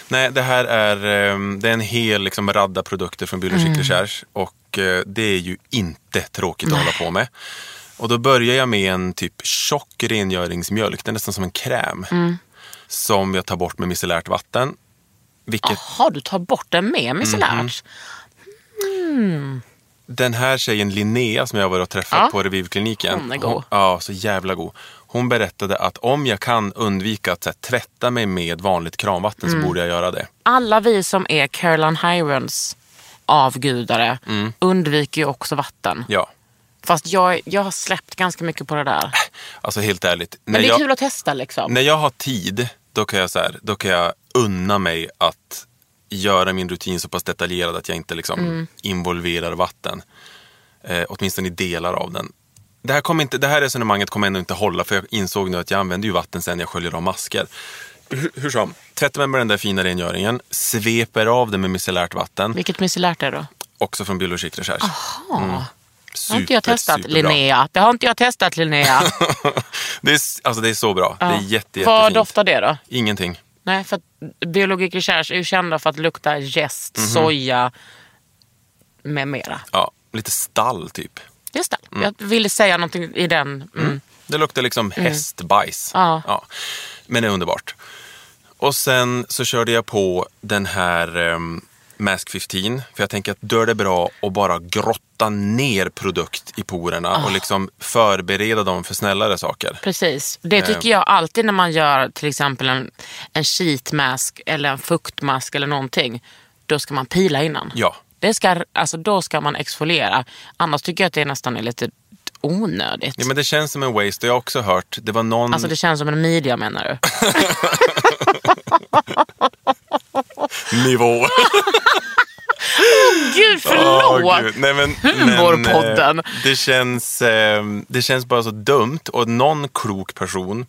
S2: nej det här är, ehm, det är en hel liksom, radda produkter från Biologisk
S1: Mm.
S2: Recherche och eh, det är ju inte tråkigt att hålla på med. Och då börjar jag med en typ tjock rengöringsmjölk, den är nästan som en kräm.
S1: Mm.
S2: Som jag tar bort med micellärt vatten. Vilket
S1: Jaha, du tar bort den med
S2: Mhm.
S1: micellärt?
S2: den här tjejen Linnea som jag var och träffade
S1: Ja.
S2: på Revivkliniken.
S1: Ah. Hon är god.
S2: ja, så jävla god. Hon berättade att om jag kan undvika att så här, tvätta mig med vanligt kranvatten
S1: Mm.
S2: så borde jag göra det.
S1: Alla vi som är Caroline Hirons avgudare undviker ju också vatten.
S2: Mm. Ja,
S1: Fast jag, jag har släppt ganska mycket på det där.
S2: alltså helt ärligt.
S1: Men
S2: när
S1: det är
S2: jag-
S1: kul att testa liksom.
S2: När jag har tid, då kan jag, så här, då kan jag unna mig att göra min rutin så pass detaljerad att jag inte liksom
S1: Mm.
S2: involverar vatten. Eh, åtminstone i delar av den. Det här, kommer inte, det här resonemanget kommer ändå inte hålla för jag insåg nu att jag använder ju vatten sen jag sköljer av masker. Hur, hur som, tvättar mig med den där fina rengöringen, sveper av det med micellärt vatten,
S1: Vilket micellärt är det då?
S2: också från Biologisk Recherche. Mm.
S1: Ja. Mm. det
S2: Super,
S1: har inte jag testat
S2: superbra.
S1: Linnea. Det har inte jag testat Linnea.
S2: det, är, s- alltså det är så bra. Det är
S1: Ja.
S2: jätte,
S1: Vad
S2: jättefint.
S1: doftar det då?
S2: Ingenting.
S1: Nej, för att Biologic Recherche är ju kända för att lukta jäst,
S2: Mhm.
S1: soja med mera.
S2: Ja, lite stall typ.
S1: Just det. Jag ville säga någonting i den. Mm.
S2: Det luktar liksom hästbajs.
S1: Ja.
S2: Men det är underbart. Och sen så körde jag på den här ehm, Mask 15. För jag tänker att då är det bra att bara grotta ner produkt i porerna
S1: Ah.
S2: och liksom förbereda dem för snällare saker.
S1: Precis.
S2: Eh.
S1: Det tycker jag alltid när man gör till exempel en, en sheetmask eller en fuktmask eller någonting. Då ska man pila innan.
S2: Ja.
S1: Det ska, alltså, då ska man exfoliera. Annars tycker jag att det nästan är lite onödigt.
S2: ja men det känns som en waste. Och jag har också hört, det var någon...
S1: Alltså det känns som en midja menar du?
S2: Nivå.
S1: Gud förlåt!
S2: Åh, gud. Nej, men,
S1: Humorpodden.
S2: Men, eh, det, känns, eh, det känns bara så dumt. Och någon klok person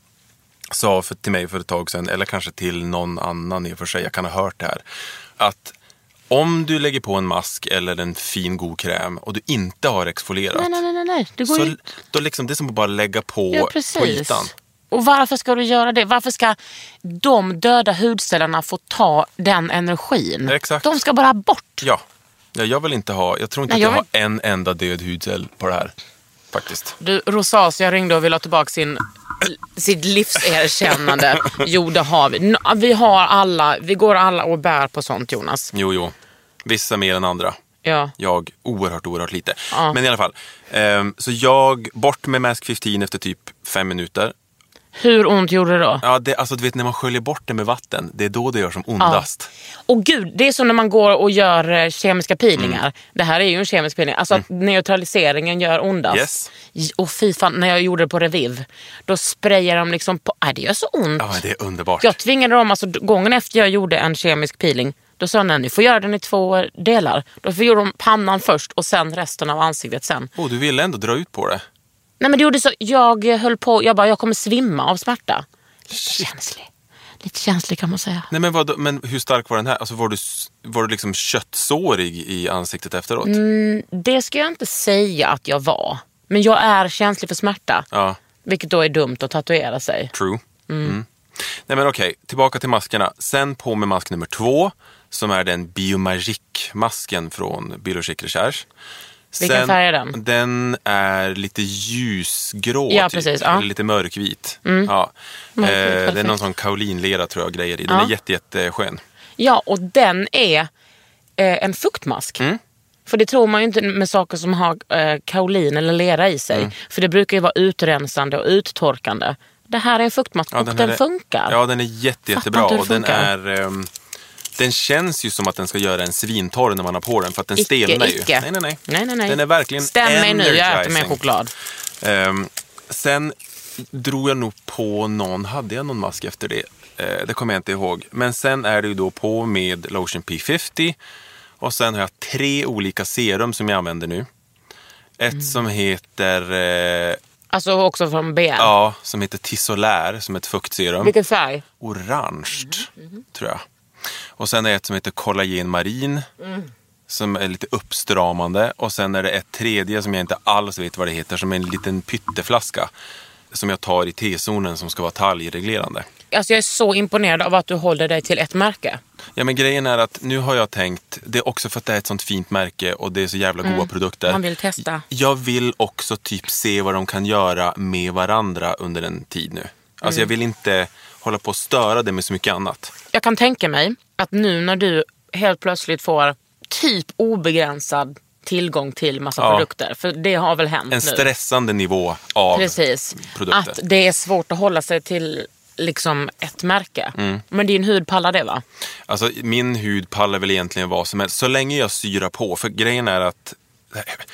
S2: sa för, till mig för ett tag sedan, eller kanske till någon annan i och för sig, jag kan ha hört det här. Att om du lägger på en mask eller en fin god kräm och du inte har exfolierat.
S1: nej, nej, nej, nej, nej. Det går
S2: Så,
S1: ju...
S2: då liksom, det är som att bara lägga på
S1: Ja,
S2: på
S1: precis.
S2: ytan.
S1: Och varför ska du göra det? Varför ska de döda hudcellerna få ta den energin?
S2: Exakt.
S1: De ska bara bort.
S2: Ja. ja, jag vill inte ha, jag tror inte
S1: Nej,
S2: att jag,
S1: jag
S2: har en enda död hudcell på det här. Faktiskt.
S1: Du, Rosacea ringde och ville ha tillbaka sin, sitt livserkännande. jo, det har vi. Nå, Vi har alla, vi går alla och bär på sånt Jonas.
S2: Jo, jo. Vissa mer än andra.
S1: Ja.
S2: jag oerhört, oerhört lite.
S1: Ja.
S2: Men i alla fall. ehm, så jag, bort med Mask 15 efter typ fem minuter.
S1: Hur ont gjorde det då?
S2: Ja, det, alltså du vet när man sköljer bort det med vatten, det är då det gör som ondast.
S1: Och gud, det är som när man går och gör eh, kemiska peelingar.
S2: Mm.
S1: Det här är ju en kemisk peeling. Alltså att neutraliseringen gör ondast.
S2: Yes.
S1: J- Och fy fan, när jag gjorde det på Reviv, då sprayar de liksom på... Äh, det gör så ont.
S2: Ja, det är underbart.
S1: Jag tvingade dem, alltså d- gången efter jag gjorde en kemisk peeling, då sa de ni får göra den i två delar. Då får- gjorde de pannan först och sen resten av ansiktet sen.
S2: Åh, du ville ändå dra ut på det.
S1: Nej men det gjorde så, jag eh, höll på, jag bara jag kommer svimma av smärta. Lite känslig. Lite känslig kan man säga.
S2: Nej, men, vad, men hur stark var den här? Alltså, var, du, s- var du liksom köttsårig i ansiktet efteråt?
S1: Mm. Det ska jag inte säga att jag var. Men jag är känslig för smärta.
S2: Ja,
S1: Vilket då är dumt att tatuera sig.
S2: true. Mm. Nej men okej, tillbaka till maskerna. Sen på med mask nummer två som är den Biomagic-masken från Biologic Recherche.
S1: Vilken färg är den?
S2: Den är lite ljusgrå,
S1: Ja,
S2: typ.
S1: precis, ja. Mm.
S2: eller lite mörkvit. Ja.
S1: Mörkvit,
S2: eh, det är någon
S1: perfekt.
S2: sån kaulinlera tror jag grejer i. Den
S1: Ja.
S2: är jätte, jätteskön.
S1: Ja, och den är eh, en fuktmask.
S2: Mm.
S1: För det tror man ju inte med saker som har eh, kaolin eller lera i sig.
S2: Mm.
S1: För det brukar ju vara utrensande och uttorkande. Det här är en fuktmask och den,
S2: här är-
S1: funkar.
S2: Ja, den är jätte,
S1: Fattar
S2: jättebra.
S1: inte hur det
S2: Och den
S1: funkar.
S2: är, ehm, Den känns ju som att den ska göra en svintorr när man har på den för att den
S1: Icke,
S2: stelnar ju.
S1: icke.
S2: Nej, nej, nej.
S1: Nej, nej, nej.
S2: Den är verkligen
S1: Stäm mig nu, jag äter mer
S2: energizing.
S1: choklad.
S2: Ehm, sen drog jag nog på någon, hade jag någon mask efter det? Eh, det kommer jag inte ihåg. Men sen är det ju då på med Lotion P50 och sen har jag tre olika serum som jag använder nu. Ett som heter eh,
S1: Alltså också från BN.
S2: ja, som heter Tissolär, som är ett fuktserum.
S1: Vilken färg?
S2: Orange,
S1: Mhm,
S2: tror jag. Och sen är det ett som heter Collagen Marin.
S1: Mm.
S2: Som är lite uppstramande. Och sen är det ett tredje som jag inte alls vet vad det heter. Som är en liten pytteflaska. Som jag tar i T-zonen som ska vara talgreglerande.
S1: Alltså jag är så imponerad av att du håller dig till ett märke.
S2: Ja men grejen är att nu har jag tänkt. Det är också för att det är ett sånt fint märke. Och det är så jävla goda produkter.
S1: Mm. Man vill testa.
S2: Jag vill också typ se vad de kan göra med varandra under en tid nu. Alltså
S1: Mm.
S2: jag vill inte hålla på och störa det med så mycket annat.
S1: Jag kan tänka mig att nu när du helt plötsligt får typ obegränsad tillgång till massa
S2: Ja.
S1: produkter. För det har väl hänt
S2: En
S1: Mm, nu.
S2: stressande nivå av
S1: Precis.
S2: produkter.
S1: Att det är svårt att hålla sig till liksom ett märke.
S2: Mm.
S1: Men din hud pallar det va?
S2: Alltså, min hud pallar väl egentligen vad som helst. Så länge jag syrar på. För grejen är att,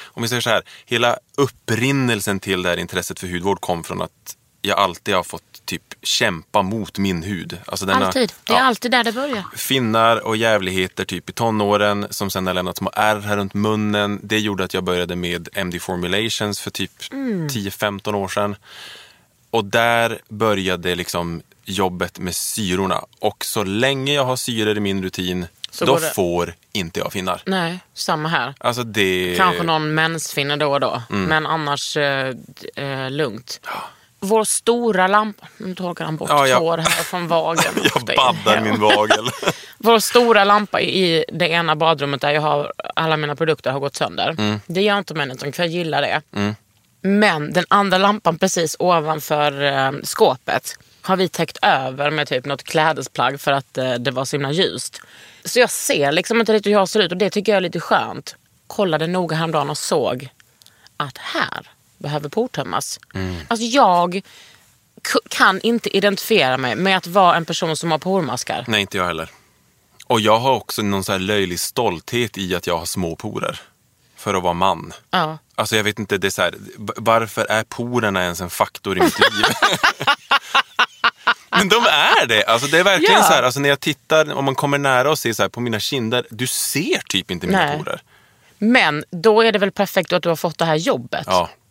S2: om vi säger så här, hela upprinnelsen till det här intresset för hudvård kom från att jag alltid har fått typ kämpa mot min hud. Alltså den har-
S1: Alltid. Det är
S2: Ja.
S1: alltid där det börjar.
S2: Finnar och jävligheter typ i tonåren som sen har lämnat små ärr här runt munnen. Det gjorde att jag började med MD Formulations för typ
S1: Mm.
S2: 10-15 år sedan. Och där började liksom jobbet med syrorna. Och så länge jag har syror i min rutin,
S1: Så
S2: då
S1: går det.
S2: får inte jag finnar.
S1: Nej, samma här.
S2: Alltså det... Mm.
S1: Kanske någon mensfinne då och då. Men annars eh, d- eh, lugnt. Vår stora lampa... Nu torkar han bort
S2: Ja, jag-
S1: tår här från vagen.
S2: Jag baddar min vagel.
S1: Vår stora lampa i det ena badrummet där jag har alla mina produkter har gått sönder. Det gör inte mig någonting för jag gillar det. Men den andra lampan precis ovanför eh, skåpet har vi täckt över med typ något klädesplagg för att eh, det var så himla ljust. Så jag ser liksom inte riktigt hur jag ser ut och det tycker jag är lite skönt. Kollade noga häromdagen och såg att här behöver portömmas. Alltså jag k- kan inte identifiera mig med att vara en person som har pormaskar.
S2: Nej, inte jag heller. Och jag har också någon så här löjlig stolthet i att jag har små porer. För att vara man.
S1: Ja.
S2: Alltså jag vet inte, det är så här, v- varför är porerna ens en faktor i mitt liv? Men de är det. Alltså det är verkligen
S1: Ja.
S2: så här, alltså när jag tittar, om man kommer nära och ser så här på mina kinder, du ser typ inte mina
S1: Nej.
S2: porer.
S1: Men då är det väl perfekt att du har fått det här jobbet?
S2: Ja,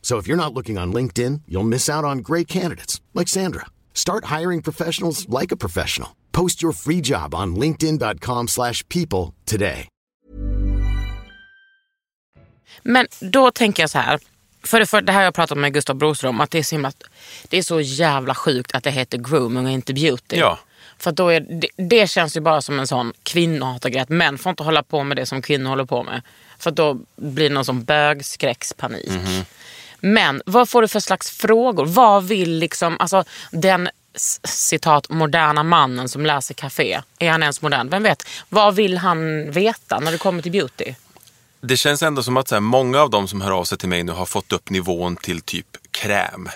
S5: So if you're not looking on LinkedIn, you'll miss out on great candidates like Sandra. Start hiring professionals like a professional. Post your free job on linkedin.com/people slash people today.
S1: Men då tänker jag så här. För det, för det här har jag pratat med Gustav Broström om, att det är, så himla, det är så jävla sjukt att det heter grooming och inte beauty.
S2: Ja.
S1: För att då är, det, det känns ju bara som en sån kvinnohatargrej, att män får inte hålla på med det som kvinnor håller på med. För att då blir det någon sån bögskräckspanik. Men vad får du för slags frågor? Vad vill liksom, alltså den s- citat moderna mannen som läser café, är han ens modern? Vem vet? Vad vill han veta när det kommer till beauty?
S2: Det känns ändå som att så här, många av de som hör av sig till mig nu har fått upp nivån till typ kräm.
S1: Och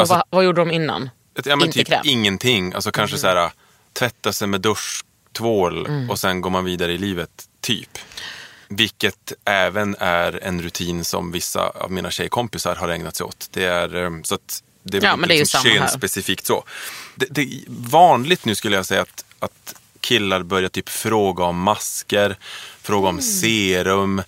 S2: Alltså-
S1: vad, vad gjorde de innan?
S2: Ett- Ja, men
S1: Inte
S2: typ
S1: kräm. Mm.
S2: ingenting. Alltså kanske så här, tvätta sig med duschtvål och sen går man vidare i livet, typ. Vilket även är en rutin som vissa av mina tjejkompisar har ägnat sig åt. Det är, eh, så att det är
S1: Ja,
S2: väl
S1: men det är ju
S2: liksom
S1: samma här.
S2: könsspecifikt så. Det, det är vanligt nu skulle jag säga att, att killar börjar typ fråga om masker, fråga
S1: Mm.
S2: om serum.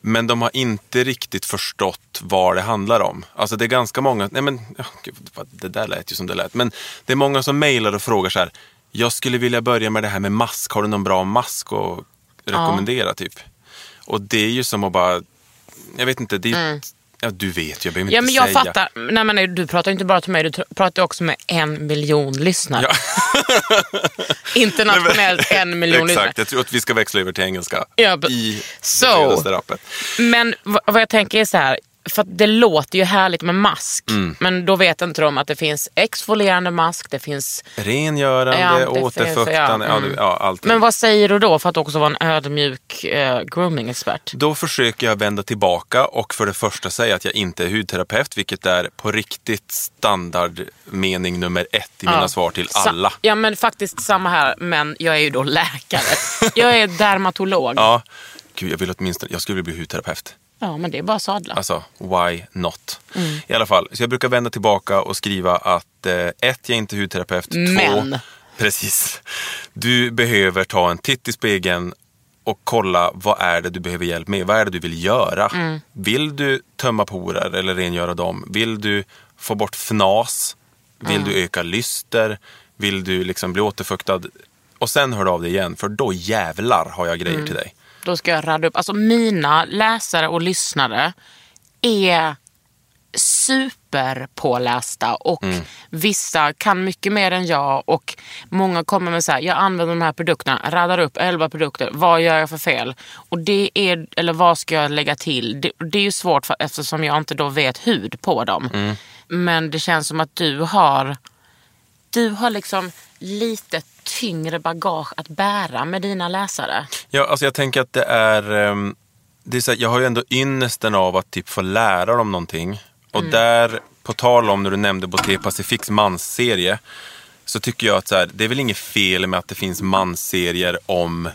S2: Men de har inte riktigt förstått vad det handlar om. Alltså det är ganska många, nej men ja, gud, vad- det där lät ju som det lät. Men det är många som mejlar och frågar så här. Jag skulle vilja börja med det här med mask. Har du någon bra mask att rekommendera typ? Och det är ju som att bara, jag vet inte, det är ju, ja, du vet, jag behöver
S1: Mm. Ja,
S2: inte
S1: men jag
S2: säga.
S1: fattar. Nej, men nej, du pratar ju inte bara till mig, du tr- pratar ju också med en miljon lyssnare.
S2: Ja.
S1: Internationellt en miljon lyssnare.
S2: Exakt, jag tror att vi ska växla över till engelska
S1: Ja, but-
S2: i
S1: So.
S2: det senaste rappet.
S1: Men v- vad jag tänker är så här, för att det låter ju härligt med mask,
S2: Mm.
S1: men då vet inte de att det finns exfolierande mask, det finns... Ja,
S2: Rengörande,
S1: det finns-
S2: återfuktande,
S1: ja,
S2: ja,
S1: mm.
S2: du- ja, allt.
S1: Men vad säger du då för att också vara en ödmjuk eh, grooming-expert?
S2: Då försöker jag vända tillbaka och för det första säga att jag inte är hudterapeut, vilket är på riktigt standardmening nummer ett i mina svar till
S1: Sa-
S2: alla.
S1: Ja men faktiskt samma här, men jag är ju då läkare. jag är dermatolog. Ja.
S2: Ja, gud jag vill åtminstone, jag skulle vilja bli hudterapeut.
S1: men det är bara att sadla.
S2: Alltså, why not? I alla fall, så jag brukar vända tillbaka och skriva att eh, ett, jag är inte hudterapeut.
S1: Men.
S2: Två, precis. Du behöver ta en titt i spegeln och kolla vad är det du behöver hjälp med? Vad är det du vill göra? Vill du tömma porer eller rengöra dem? Vill du få bort fnas? Vill du öka lyster? Vill du liksom bli återfuktad? Och sen hör du av dig igen, för då jävlar har jag grejer till dig.
S1: Då ska jag radda upp. Alltså mina läsare och lyssnare är superpålästa och vissa kan mycket mer än jag och många kommer med så här, jag använder de här produkterna, raddar upp 11 produkter, vad gör jag för fel? Och det är, eller vad ska jag lägga till? Det, det är ju svårt för, eftersom jag inte då vet hud på dem. Men det känns som att du har du har liksom lite tyngre bagage att bära med dina läsare.
S2: Ja, alltså jag tänker att det är... ehm, Det är så här, jag har ju ändå ynnesten av att typ få lära dem någonting. Och där, på tal om när du nämnde Boté Pacifics mansserie, så tycker jag att så här, det är väl inget fel med att det finns mansserier om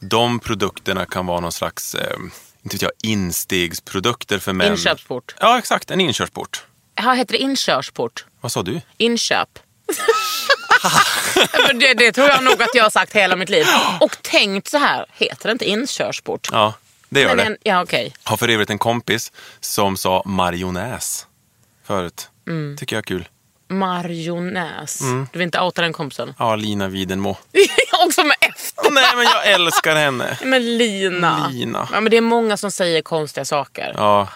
S2: de produkterna kan vara någon slags ehm, inte vet jag, instegsprodukter för män.
S1: Inköpsport.
S2: Ja, exakt. En inkörsport.
S1: Här heter det inkörsport.
S2: Vad sa du?
S1: Inköp. Men det, det tror jag nog att jag har sagt hela mitt liv. Och tänkt så här, heter det inte inkörsport?
S2: Ja, det gör
S1: Men
S2: det.
S1: en- ja, okej.
S2: Har för övrigt en kompis som sa marjonäs förut. Tycker jag är kul.
S1: Marjonäs.
S2: Mm.
S1: Du vill inte outa den kompisen?
S2: Ja, Lina Widenmo.
S1: Också med efter.
S2: Nej, men jag älskar henne.
S1: Men Lina.
S2: Lina.
S1: Ja, men det är många som säger konstiga saker.
S2: Ja.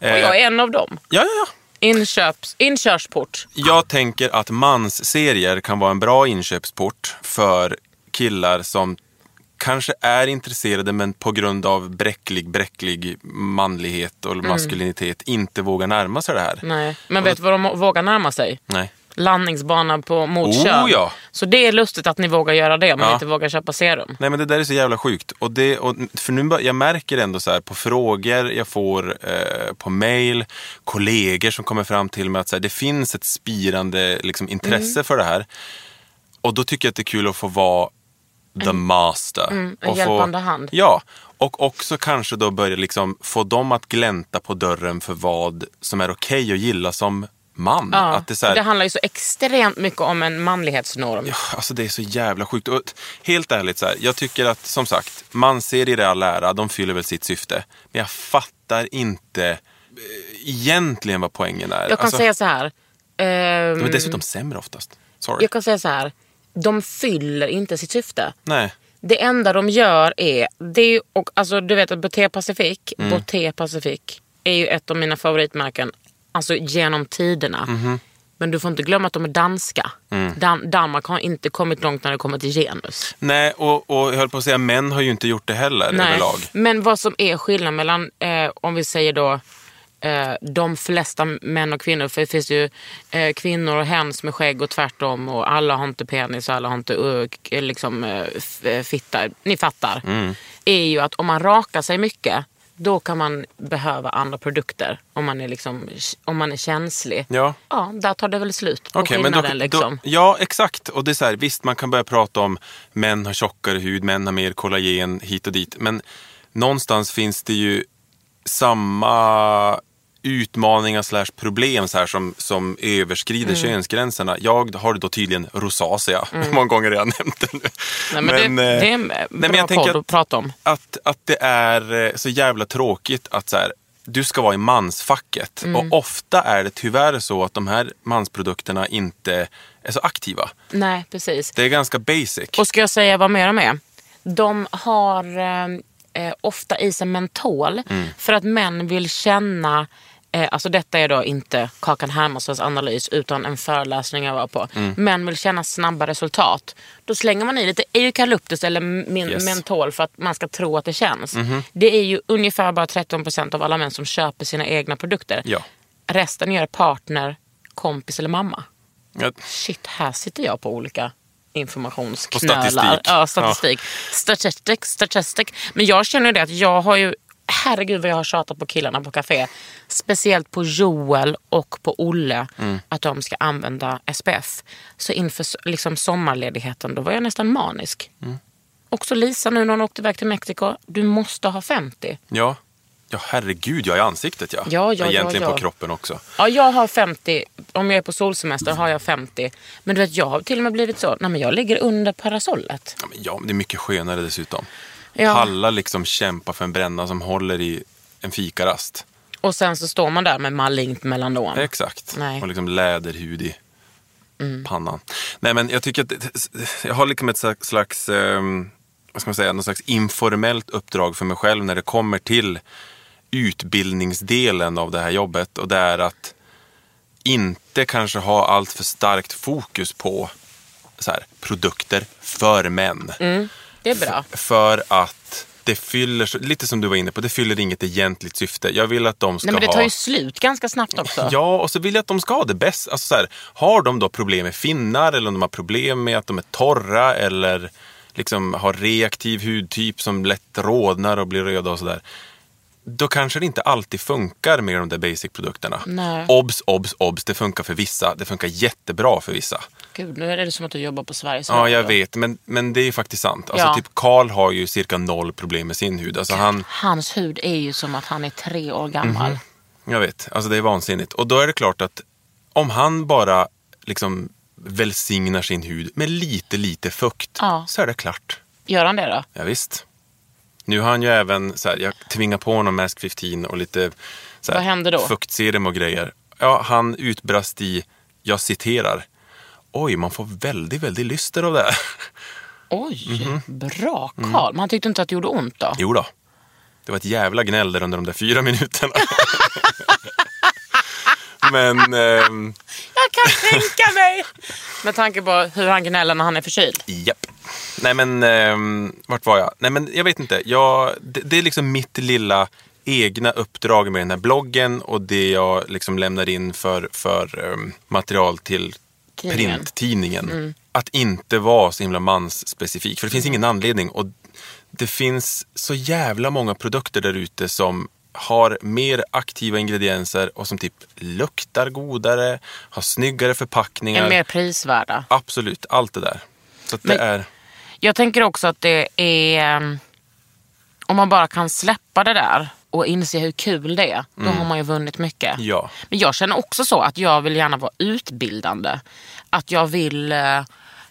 S2: Eh,
S1: Och jag
S2: ja,
S1: är en av dem.
S2: ja, ja.
S1: Inköps, inkörsport.
S2: Jag tänker att mansserier kan vara en bra inköpsport för killar som kanske är intresserade men på grund av bräcklig, bräcklig manlighet och maskulinitet inte vågar närma sig det här.
S1: Mm. Nej. Men vet du vad de vågar närma sig?
S2: Nej.
S1: landningsbana på, mot
S2: Oh,
S1: kön.
S2: ja.
S1: Så det är lustigt att ni vågar göra det men
S2: Ja.
S1: inte vågar köpa serum.
S2: Nej men det där är så jävla sjukt. Och det, och, för nu, bör- jag märker ändå så här på frågor jag får eh, på mail, kollegor som kommer fram till mig att så här, det finns ett spirande liksom, intresse
S1: Mm.
S2: för det här. Och då tycker jag att det är kul att få vara the master.
S1: Mm. en
S2: och
S1: hjälpande
S2: få,
S1: hand.
S2: Ja, och också kanske då börja liksom få dem att glänta på dörren för vad som är okej att gilla som man.
S1: Ja.
S2: Att det, är så här,
S1: det handlar ju så extremt mycket om en manlighetsnorm.
S2: Ja, alltså det är så jävla sjukt. Och t- helt ärligt, så här, jag tycker att som sagt, mansserier i all ära, de fyller väl sitt syfte. Men jag fattar inte eh, egentligen vad poängen är.
S1: Jag kan
S2: Alltså,
S1: säga så här. ehm,
S2: De är dessutom sämre oftast. Sorry.
S1: jag kan säga så här. De fyller inte sitt syfte.
S2: Nej.
S1: Det enda de gör är, det är ju- och alltså du vet att Bottega Pacific,
S2: Mm.
S1: Bottega Pacific är ju ett av mina favoritmärken alltså genom tiderna.
S2: Mhm.
S1: Men du får inte glömma att de är danska.
S2: Mm.
S1: Dan- Danmark har inte kommit långt när det kommer till genus.
S2: Nej, och, och jag höll på att säga, män har ju inte gjort det heller överlag.
S1: Men vad som är skillnaden mellan, eh, om vi säger då eh, de flesta män och kvinnor, för det finns ju eh, kvinnor och hens med skägg och tvärtom och alla har inte penis och alla har inte uh, k- liksom, eh, f- eh, fitta, ni fattar.
S2: Mm.
S1: Är ju att om man rakar sig mycket då kan man behöva andra produkter om man är, liksom, om man är känslig.
S2: Ja.
S1: ja, där tar det väl slut på
S2: Okej, men
S1: skillnaden.
S2: då-
S1: liksom.
S2: då, ja, exakt. Och det är så här, visst, man kan börja prata om män har tjockare hud, män har mer kollagen hit och dit. Men någonstans finns det ju samma utmaningar slash problem så här som, som överskrider
S1: Mm.
S2: könsgränserna. Jag har då tydligen rosacea. Hur många gånger har jag nämnt det nu?
S1: Nej, men det,
S2: eh,
S1: det är en
S2: nej,
S1: bra
S2: men jag tänker
S1: podd att prata om.
S2: att, att det är eh, så jävla tråkigt att så här, du ska vara i mansfacket.
S1: Mm.
S2: Och ofta är det tyvärr så att de här mansprodukterna inte är så aktiva.
S1: Nej, precis.
S2: Det är ganska basic.
S1: Och ska jag säga vad mer de är? De har eh, eh, ofta i sig mentol
S2: Mm.
S1: för att män vill känna Eh, alltså detta är då inte Kakan Hermanssons analys utan en föreläsning jag var på.
S2: Mm.
S1: Män vill känna snabba resultat. Då slänger man i lite eukalyptus eller min-
S2: Yes. Mhm.
S1: mentol för att man ska tro att det känns. Det är ju ungefär bara 13% av alla män som köper sina egna produkter.
S2: Ja.
S1: Resten gör partner, kompis eller mamma
S2: Ja,
S1: shit, här sitter jag på olika
S2: Och
S1: informationsknölar.
S2: statistik.
S1: Ja, statistik. Statistic, statistic. Men jag känner ju det att jag har ju, herregud vad jag har tjatat på killarna på café. Speciellt på Joel och på Olle att de ska använda SPF. Så inför s- liksom, sommarledigheten då var jag nästan manisk. Också Lisa nu när hon åkte iväg till Mexiko, du måste ha 50.
S2: ja. ja herregud, jag i ansiktet ja.
S1: Ja, ja,
S2: Egentligen
S1: ja, ja.
S2: på kroppen också.
S1: Ja, jag har 50. Om jag är på solsemester har jag 50. Men du vet, jag har till och med blivit så, nej men jag ligger under parasollet.
S2: Ja, men ja, men det är mycket skönare dessutom.
S1: Ja.
S2: Palla liksom kämpa för en bränna som håller i en fikarast.
S1: Och sen så står man där med malignt melanom.
S2: Exakt.
S1: Nej.
S2: Och liksom läderhud i pannan. Nej, men jag tycker att jag har liksom ett slags- slags, ehm, vad ska man säga, någon slags informellt uppdrag för mig själv när det kommer till utbildningsdelen av det här jobbet. Och det är att inte kanske ha allt för starkt fokus på så här, produkter för män.
S1: Mm. Det är bra.
S2: För att det fyller, så- lite som du var inne på, det fyller inget egentligt syfte. Jag vill att de ska
S1: Nej, men det
S2: ha...
S1: tar ju slut ganska snabbt också.
S2: Ja, och så vill jag att de ska ha det bäst. Alltså, så här, har de då problem med finnar eller om de har problem med att de är torra eller liksom har reaktiv hudtyp som lätt rodnar och blir röda och sådär. Då kanske det inte alltid funkar med de där basic-produkterna.
S1: Nej.
S2: Obs, obs, obs. Det funkar för vissa. Det funkar jättebra för vissa.
S1: Gud, nu är det som att du jobbar på Sveriges
S2: Ja, jag
S1: Radio.
S2: vet. Men, men det är ju faktiskt sant. Alltså,
S1: Ja.
S2: typ Karl har ju cirka noll problem med sin hud. Alltså, han...
S1: Hans hud är ju som att han är tre år
S2: Mhm.
S1: gammal.
S2: Jag vet, alltså det är vansinnigt. Och då är det klart att om han bara liksom välsignar sin hud med lite, lite fukt
S1: Ja.
S2: så är det klart.
S1: Gör han det då?
S2: Ja, visst. Nu har han ju även, så här, jag tvingar på honom Mask 15 och lite så här,
S1: Vad händer då?
S2: fuktserum och grejer. Ja, han utbrast i, jag citerar, oj, man får väldigt, väldigt lyster av det här.
S1: Oj, Mhm. bra Karl.
S2: Mm.
S1: Men han tyckte inte att det gjorde ont då?
S2: Jo då. Det var ett jävla gnäll där under de där fyra minuterna. Men... ehm,
S1: Jag kan tänka mig! Med tanke på hur han gnäller när han är förkyld.
S2: Japp. Nej men, ehm, vart var jag? Nej men jag vet inte. Jag, det, det är liksom mitt lilla egna uppdrag med den här bloggen och det jag liksom lämnar in för, för ehm, material till
S1: Tidningen. Mm.
S2: printtidningen. Att inte vara så himla mansspecifik. För det finns ingen anledning. Och det finns så jävla många produkter där ute som har mer aktiva ingredienser och som typ luktar godare, har snyggare förpackningar.
S1: Är mer prisvärda.
S2: Absolut, allt det där. Så att det
S1: Men-
S2: är...
S1: Jag tänker också att det är... eh, Om man bara kan släppa det där och inse hur kul det är,
S2: Mm.
S1: då har man ju vunnit mycket.
S2: Ja.
S1: Men jag känner också så att jag vill gärna vara utbildande. Att jag vill... eh,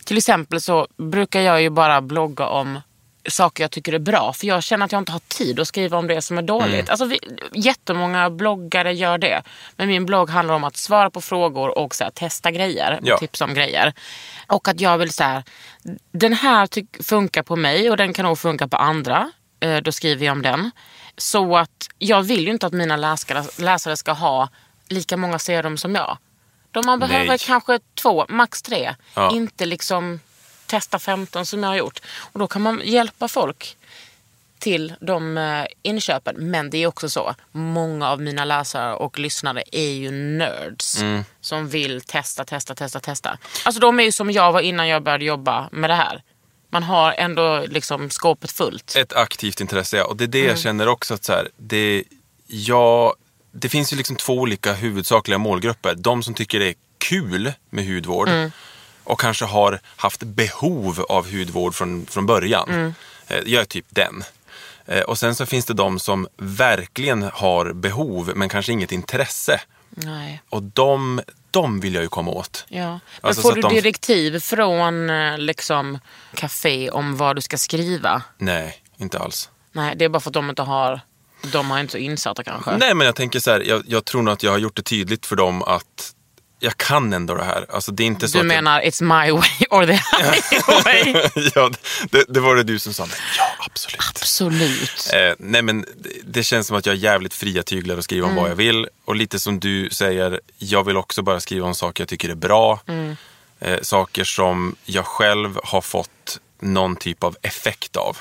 S1: Till exempel så brukar jag ju bara blogga om saker jag tycker är bra. För jag känner att jag inte har tid att skriva om det som är dåligt. Alltså, vi, jättemånga bloggare gör det. Men min blogg handlar om att svara på frågor och så här, testa grejer.
S2: Ja.
S1: Och tipsa om typ grejer. Och att jag vill så här, den här tyck- funkar på mig och den kan nog funka på andra. Eh, då skriver jag om den. Så att jag vill ju inte att mina läsare, läsare ska ha lika många serum som jag. De man behöver
S2: Nej.
S1: kanske två, max tre.
S2: Ja.
S1: Inte liksom testa 15 som jag har gjort. Och då kan man hjälpa folk till de eh, inköpen. Men det är också så, många av mina läsare och lyssnare är ju nerds.
S2: Mm.
S1: Som vill testa, testa, testa, testa. Alltså de är ju som jag var innan jag började jobba med det här. Man har ändå liksom skåpet fullt.
S2: Ett aktivt intresse, ja. Och det är det jag känner också att så här, det, jag, det finns ju liksom två olika huvudsakliga målgrupper. De som tycker det är kul med hudvård och kanske har haft behov av hudvård från, från början. Eh, Jag är typ den. Eh, Och sen så finns det de som verkligen har behov men kanske inget intresse.
S1: Nej.
S2: Och de, de vill jag ju komma åt.
S1: Ja. Men
S2: Alltså, så
S1: får du
S2: att de-
S1: direktiv från eh, liksom, café om vad du ska skriva?
S2: Nej, inte alls.
S1: Nej, det är bara för att de inte har... De har inte så insatta kanske.
S2: Nej, men jag tänker så här, jag, jag tror nog att jag har gjort det tydligt för dem att jag kan ändå det här. Alltså, det är inte så
S1: du
S2: att jag-
S1: menar it's my way or the highway?
S2: ja, det, det var det du som sa. Men ja, absolut.
S1: Absolut.
S2: Eh, nej, men det- det känns som att jag har jävligt fria tyglar att skriva om vad jag vill. Och lite som du säger, jag vill också bara skriva om saker jag tycker är bra. Eh, saker som jag själv har fått någon typ av effekt av.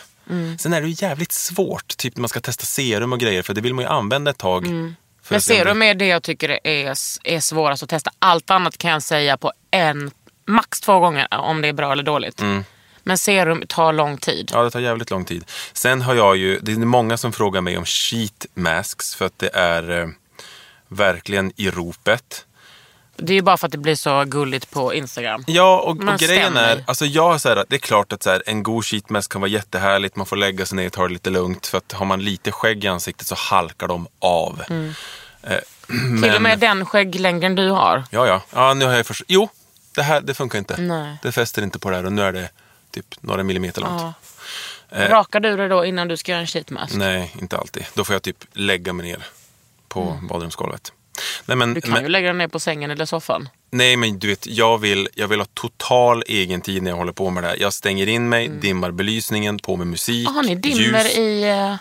S2: Sen är det ju jävligt svårt, typ när man ska testa serum och grejer, för det vill man ju använda ett tag. för
S1: Men
S2: att se om
S1: ser
S2: det-
S1: du med det jag tycker är, är svårast att testa. Allt annat kan jag säga på en, max två gånger om det är bra eller dåligt.
S2: Mm.
S1: Men serum tar lång tid.
S2: Ja, det tar jävligt lång tid. Sen har jag ju, det är många som frågar mig om sheet masks för att det är eh, verkligen i ropet.
S1: Det är ju bara för att det blir så gulligt på Instagram.
S2: Ja, och,
S1: Man
S2: och grejen
S1: stämmer.
S2: är, alltså jag har så här, att det är klart att så här, en god sheet mask kan vara jättehärligt, man får lägga sig ner och ta det lite lugnt för att har man lite skägg i ansiktet så halkar de av.
S1: Mm. Till och med den skägglängden du har.
S2: Ja, ja. ja nu har jag förs- jo, det här det funkar inte.
S1: Nej.
S2: Det fäster inte på det här och nu är det typ några millimeter långt.
S1: Rakar du dig då innan du ska göra en sheet mask?
S2: Eh. Nej, inte alltid. Då får jag typ lägga mig ner på badrumsgolvet. Nej, men,
S1: Mm. Du kan
S2: men,
S1: ju lägga den ner på sängen eller soffan.
S2: Nej, men du vet, jag vill, jag vill ha total egen tid när jag håller på med det här. Jag stänger in mig, dimmar belysningen, på med musik,
S1: Ah, har Mm. ni dimmer
S2: ljus.
S1: i... eh,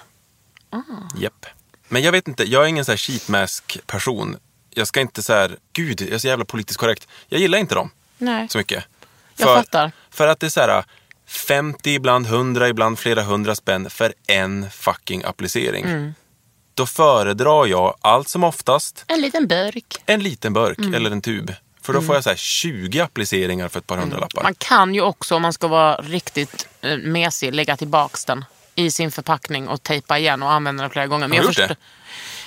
S2: Japp. Men jag vet inte, jag är ingen så här sheetmask-person. Jag ska inte så här, gud, jag är så jävla politiskt korrekt. Jag gillar inte dem
S1: Nej.
S2: så mycket.
S1: Jag fattar.
S2: För att det är så här 50, ibland 100, ibland flera hundra spänn för en fucking applicering.
S1: Mm.
S2: Då föredrar jag allt som oftast
S1: En liten burk.
S2: en liten burk
S1: Mm.
S2: eller en tub. För då får jag så här 20 appliceringar för ett par hundralappar.
S1: Man kan ju också om man ska vara riktigt eh, mesig lägga tillbaks den i sin förpackning och tejpa igen och använda den flera gånger. Men
S2: Har du
S1: jag
S2: gjort det?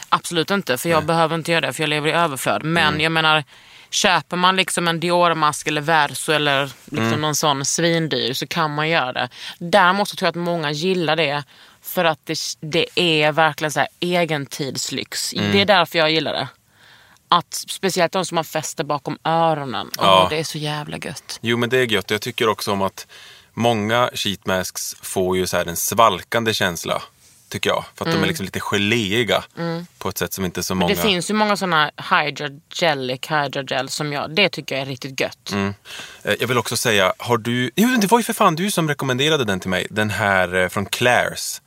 S1: Absolut inte, för jag behöver inte göra det för jag lever i överflöd. Men
S2: Mm.
S1: jag menar, köper man liksom en Dior-mask eller Verso eller liksom
S2: Mm.
S1: någon sån svindyr så kan man göra det. Däremot så tror jag att många gillar det för att det, det är verkligen så här egentidslyx.
S2: Mm.
S1: Det är därför jag gillar det. Att, speciellt de som man fäster bakom öronen. Åh,
S2: Ja.
S1: Det är så jävla gött.
S2: Jo men det är gött. Jag tycker också om att många sheetmasks får ju så här en svalkande känsla. Tycker jag. För att de är liksom lite geléiga. På ett sätt som inte så många...
S1: Mm. Det finns ju många såna hydrogelic hydrogel som jag, det tycker jag är riktigt gött.
S2: Eh, Jag vill också säga, har du... Jo, det var ju för fan du som rekommenderade den till mig. Den här eh, från Claire's.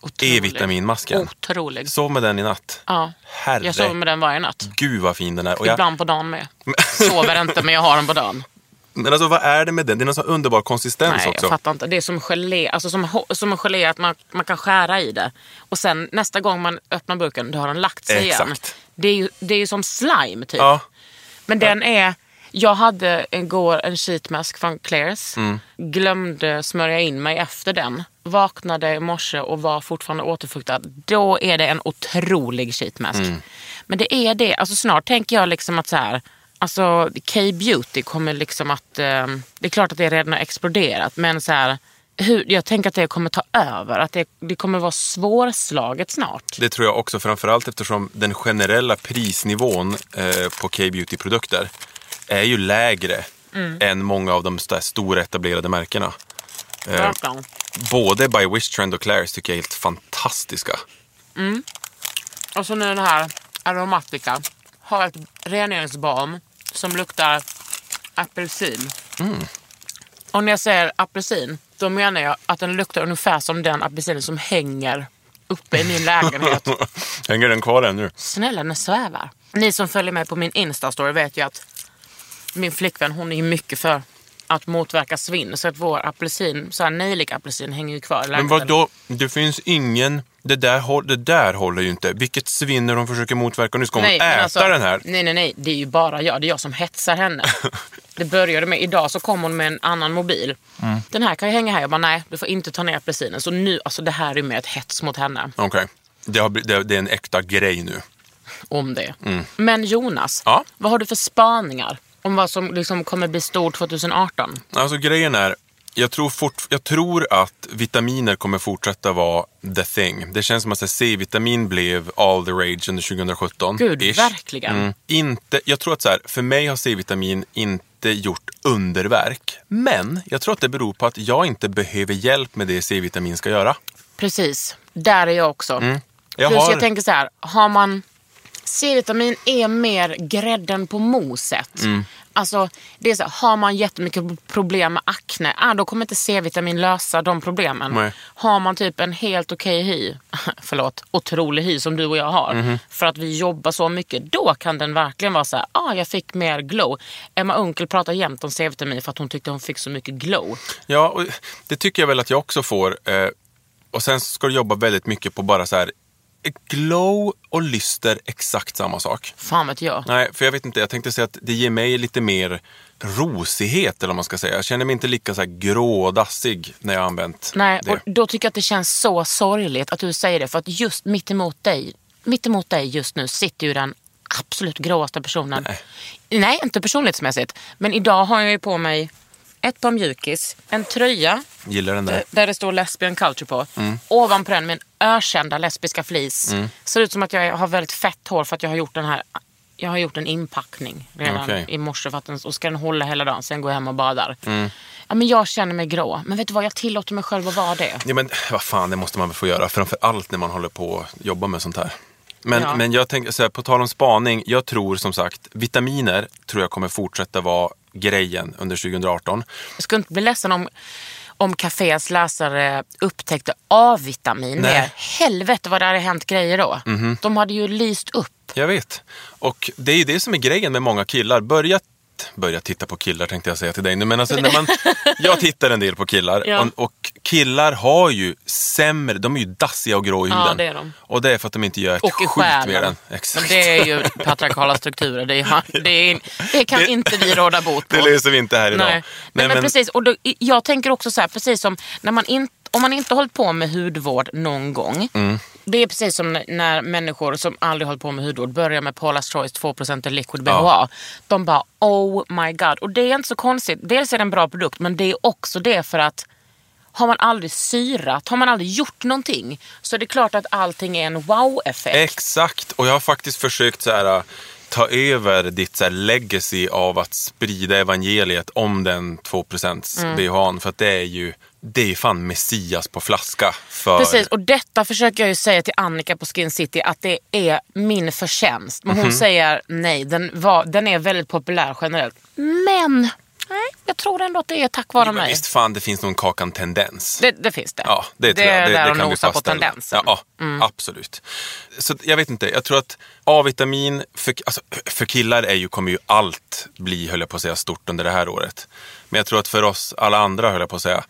S1: Otrolig.
S2: E-vitaminmasken.
S1: Otrolig.
S2: Sov med den i natt.
S1: Ja.
S2: Herre.
S1: Jag sover med den varje natt.
S2: Gud vad fin den är. Och jag,
S1: Ibland på dagen med. Sover inte men jag har den på dagen.
S2: men alltså vad är det med den? Det är någon sån underbar konsistens
S1: Nej,
S2: också.
S1: jag fattar inte. Det är som gelé, alltså som, ho- som en gelé att man, man kan skära i det. Och sen nästa gång man öppnar burken, då har den lagt sig igen.
S2: Exakt.
S1: Det är, ju, det är ju som slime typ.
S2: Ja.
S1: Men den är... Jag hade igår en sheetmask från Claire's. Glömde smörja in mig efter den. Vaknade i morse och var fortfarande återfuktad. Då är det en otrolig sheetmask. Men det är det. Alltså snart tänker jag liksom att så här... Alltså K-beauty kommer liksom att... Eh, det är klart att det redan har exploderat men så här... Hur, jag tänker att det kommer ta över. Att det, det kommer vara svårslaget snart.
S2: Det tror jag också, framförallt eftersom den generella prisnivån eh, på K-beauty-produkter är ju lägre än många av de st- stora etablerade märkena.
S1: Verkligen.
S2: Både By Wish Trend och Claire's tycker jag är helt fantastiska.
S1: Och så nu den här Aromatica. Har ett rengöringsbalm som luktar apelsin. Och när jag säger apelsin, då menar jag att den luktar ungefär som den apelsinen som hänger uppe i min lägenhet.
S2: Hänger den kvar ännu?
S1: Snälla, den svävar. Ni som följer mig på min Insta-story vet ju att min flickvän hon är ju mycket för att motverka svinn. Så att vår apelsin, så här nejlikapelsin, hänger ju kvar i
S2: Men
S1: lägenheten.
S2: vadå, det finns ingen... Det där, hå- det där håller ju inte. Vilket svinn när de försöker motverka. Nu ska hon
S1: men alltså,
S2: äta den här.
S1: Nej, nej, nej. Det är ju bara jag. Det är jag som hetsar henne. det började med, idag så kom hon med en annan mobil.
S2: Mm.
S1: Den här kan ju hänga här. Jag bara, nej, du får inte ta ner apelsinen. Så nu, alltså det här är ju mer ett hets mot henne.
S2: Okej, det, har bli- det, det är en äkta grej nu.
S1: Om det. Men Jonas,
S2: Mm. Ja?
S1: vad har du för spaningar? Om vad som liksom kommer bli stort 2018?
S2: Alltså grejen är, Jag tror, fort, jag tror att vitaminer kommer fortsätta vara the thing. Det känns som att så här, C-vitamin blev all the rage under 2017.
S1: Gud,
S2: ish.
S1: verkligen.
S2: Mm. Inte, jag tror att så här, för mig har C-vitamin inte gjort underverk. Men jag tror att det beror på att jag inte behöver hjälp med det C-vitamin ska göra.
S1: Precis, där är jag också.
S2: Mm. Jag
S1: Plus
S2: har-
S1: jag tänker så här, har man... C-vitamin är mer grädden på moset.
S2: Mm.
S1: Alltså, det är så här, har man jättemycket problem med akne, ah, då kommer inte C-vitamin lösa de problemen.
S2: Nej.
S1: Har man typ en helt okej hy, förlåt, otrolig hy som du och jag har,
S2: Mhm.
S1: för att vi jobbar så mycket, då kan den verkligen vara så här, ah, jag fick mer glow. Emma Unkel pratar jämt om C-vitamin för att hon tyckte hon fick så mycket glow.
S2: Ja, och det tycker jag väl att jag också får. Eh, och sen ska du jobba väldigt mycket på bara så här glow och lyster exakt samma sak.
S1: Fan vet jag.
S2: Nej, för jag vet inte. Jag tänkte säga att det ger mig lite mer rosighet eller vad man ska säga. Jag känner mig inte lika så här grådassig när jag har använt
S1: Nej,
S2: det.
S1: och då tycker jag att det känns så sorgligt att du säger det. För att just mitt emot dig, mitt emot dig just nu sitter ju den absolut gråaste personen. Nej. inte personlighetsmässigt. Men idag har jag ju på mig ett par mjukis, en tröja
S2: Gillar den där.
S1: eh, där det står lesbian culture på.
S2: Mm.
S1: Ovanpå den min ökända lesbiska flis. Ser ut som att jag har väldigt fett hår för att jag har gjort den här jag har gjort en inpackning redan
S2: Okej.
S1: i morse för att den, och ska den hålla hela dagen. Sen går jag hem och badar.
S2: Mm.
S1: Ja, men jag känner mig grå. Men vet du vad, jag tillåter mig själv att vara det.
S2: Ja, men vad fan, det måste man väl få göra. Framför allt när man håller på och jobbar med sånt här. Men,
S1: Ja.
S2: men jag tänker, så här, på tal om spaning, jag tror som sagt vitaminer tror jag kommer fortsätta vara grejen under 2018.
S1: Jag skulle inte bli ledsen om, om Cafés läsare upptäckte A-vitamin
S2: Nej. Mhm.
S1: mer. Helvete vad det hade hänt grejer då. De hade ju lyst upp.
S2: Jag vet. Och det är ju det som är grejen med många killar. Börja, börja titta på killar tänkte jag säga till dig nu. Men alltså, när man, jag tittar en del på killar
S1: Ja.
S2: och, och killar har ju sämre, de är ju dassiga och grå i
S1: Ja,
S2: huden.
S1: det är de.
S2: Och det är för att de inte gör ett
S1: Och i
S2: skit med
S1: själen.
S2: den.
S1: Men
S2: Exakt.
S1: det är ju patriarkala strukturer. Det, är, det, är, det kan
S2: Det-
S1: inte vi råda bot på.
S2: Det löser vi inte här idag.
S1: Nej. Nej, men, precis. Och då, jag tänker också så här, precis som när man inte om man inte har hållit på med hudvård någon gång. Det är precis som när- när människor som aldrig hållit på med hudvård börjar med Paula's Choice 2% liquid BHA. De bara oh my god. Och det är inte så konstigt. Dels är det en bra produkt men det är också det för att har man aldrig syrat, har man aldrig gjort någonting så är det klart att allting är en wow-effekt.
S2: Exakt, och jag har faktiskt försökt så här, äh, ta över ditt så här, legacy av att sprida evangeliet om den 2%
S1: Mm.
S2: BHAn. För att det är ju det är ju fan Messias på flaska. För,
S1: Precis, och detta försöker jag ju säga till Annika på Skin City att det är min förtjänst.
S2: Mhm.
S1: Men hon säger nej, den, var, den är väldigt populär generellt. Men nej, jag tror ändå att det är tack vare
S2: Ja, men
S1: mig.
S2: visst fan, det finns nog en Kakan-tendens.
S1: Det, det finns det.
S2: Ja, det, tror jag.
S1: är där att
S2: kan vi
S1: nosa på Mm.
S2: fastställa.
S1: tendensen.
S2: Ja, ja absolut. Så jag vet inte, jag tror att A-vitamin för, alltså, för killar är ju, kommer ju allt bli, höll jag på att säga, stort under det här året. Men jag tror att för oss alla andra, höll jag på att säga,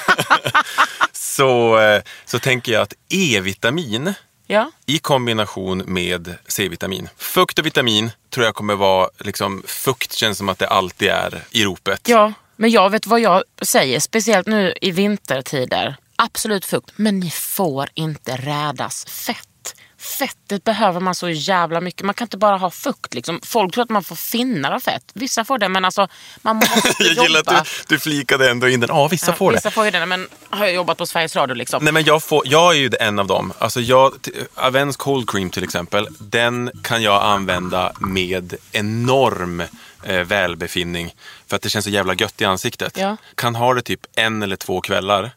S2: så, eh, så tänker jag att E-vitamin
S1: Ja.
S2: i kombination med C-vitamin. Fukt och vitamin tror jag kommer vara, liksom, fukt känns som att det alltid är i ropet.
S1: ja, men jag vet vad jag säger, speciellt nu i vintertider. Absolut fukt, men ni får inte rädas fett. Fettet behöver man så jävla mycket. Man kan inte bara ha fukt. Liksom. Folk tror att man får finnar av fett. Vissa får det, men alltså man måste
S2: Jag gillar att
S1: jobba.
S2: du, du flikade ändå in den. Ja, vissa
S1: Ja,
S2: får det.
S1: Vissa får ju det, men har jag jobbat på Sveriges Radio liksom.
S2: Nej, men jag, får, jag är ju en av dem. Alltså jag, t- Avens Cold Cream till exempel, den kan jag använda med enorm eh, välbefinning. För att det känns så jävla gött i ansiktet.
S1: Ja.
S2: Kan ha det typ en eller två kvällar.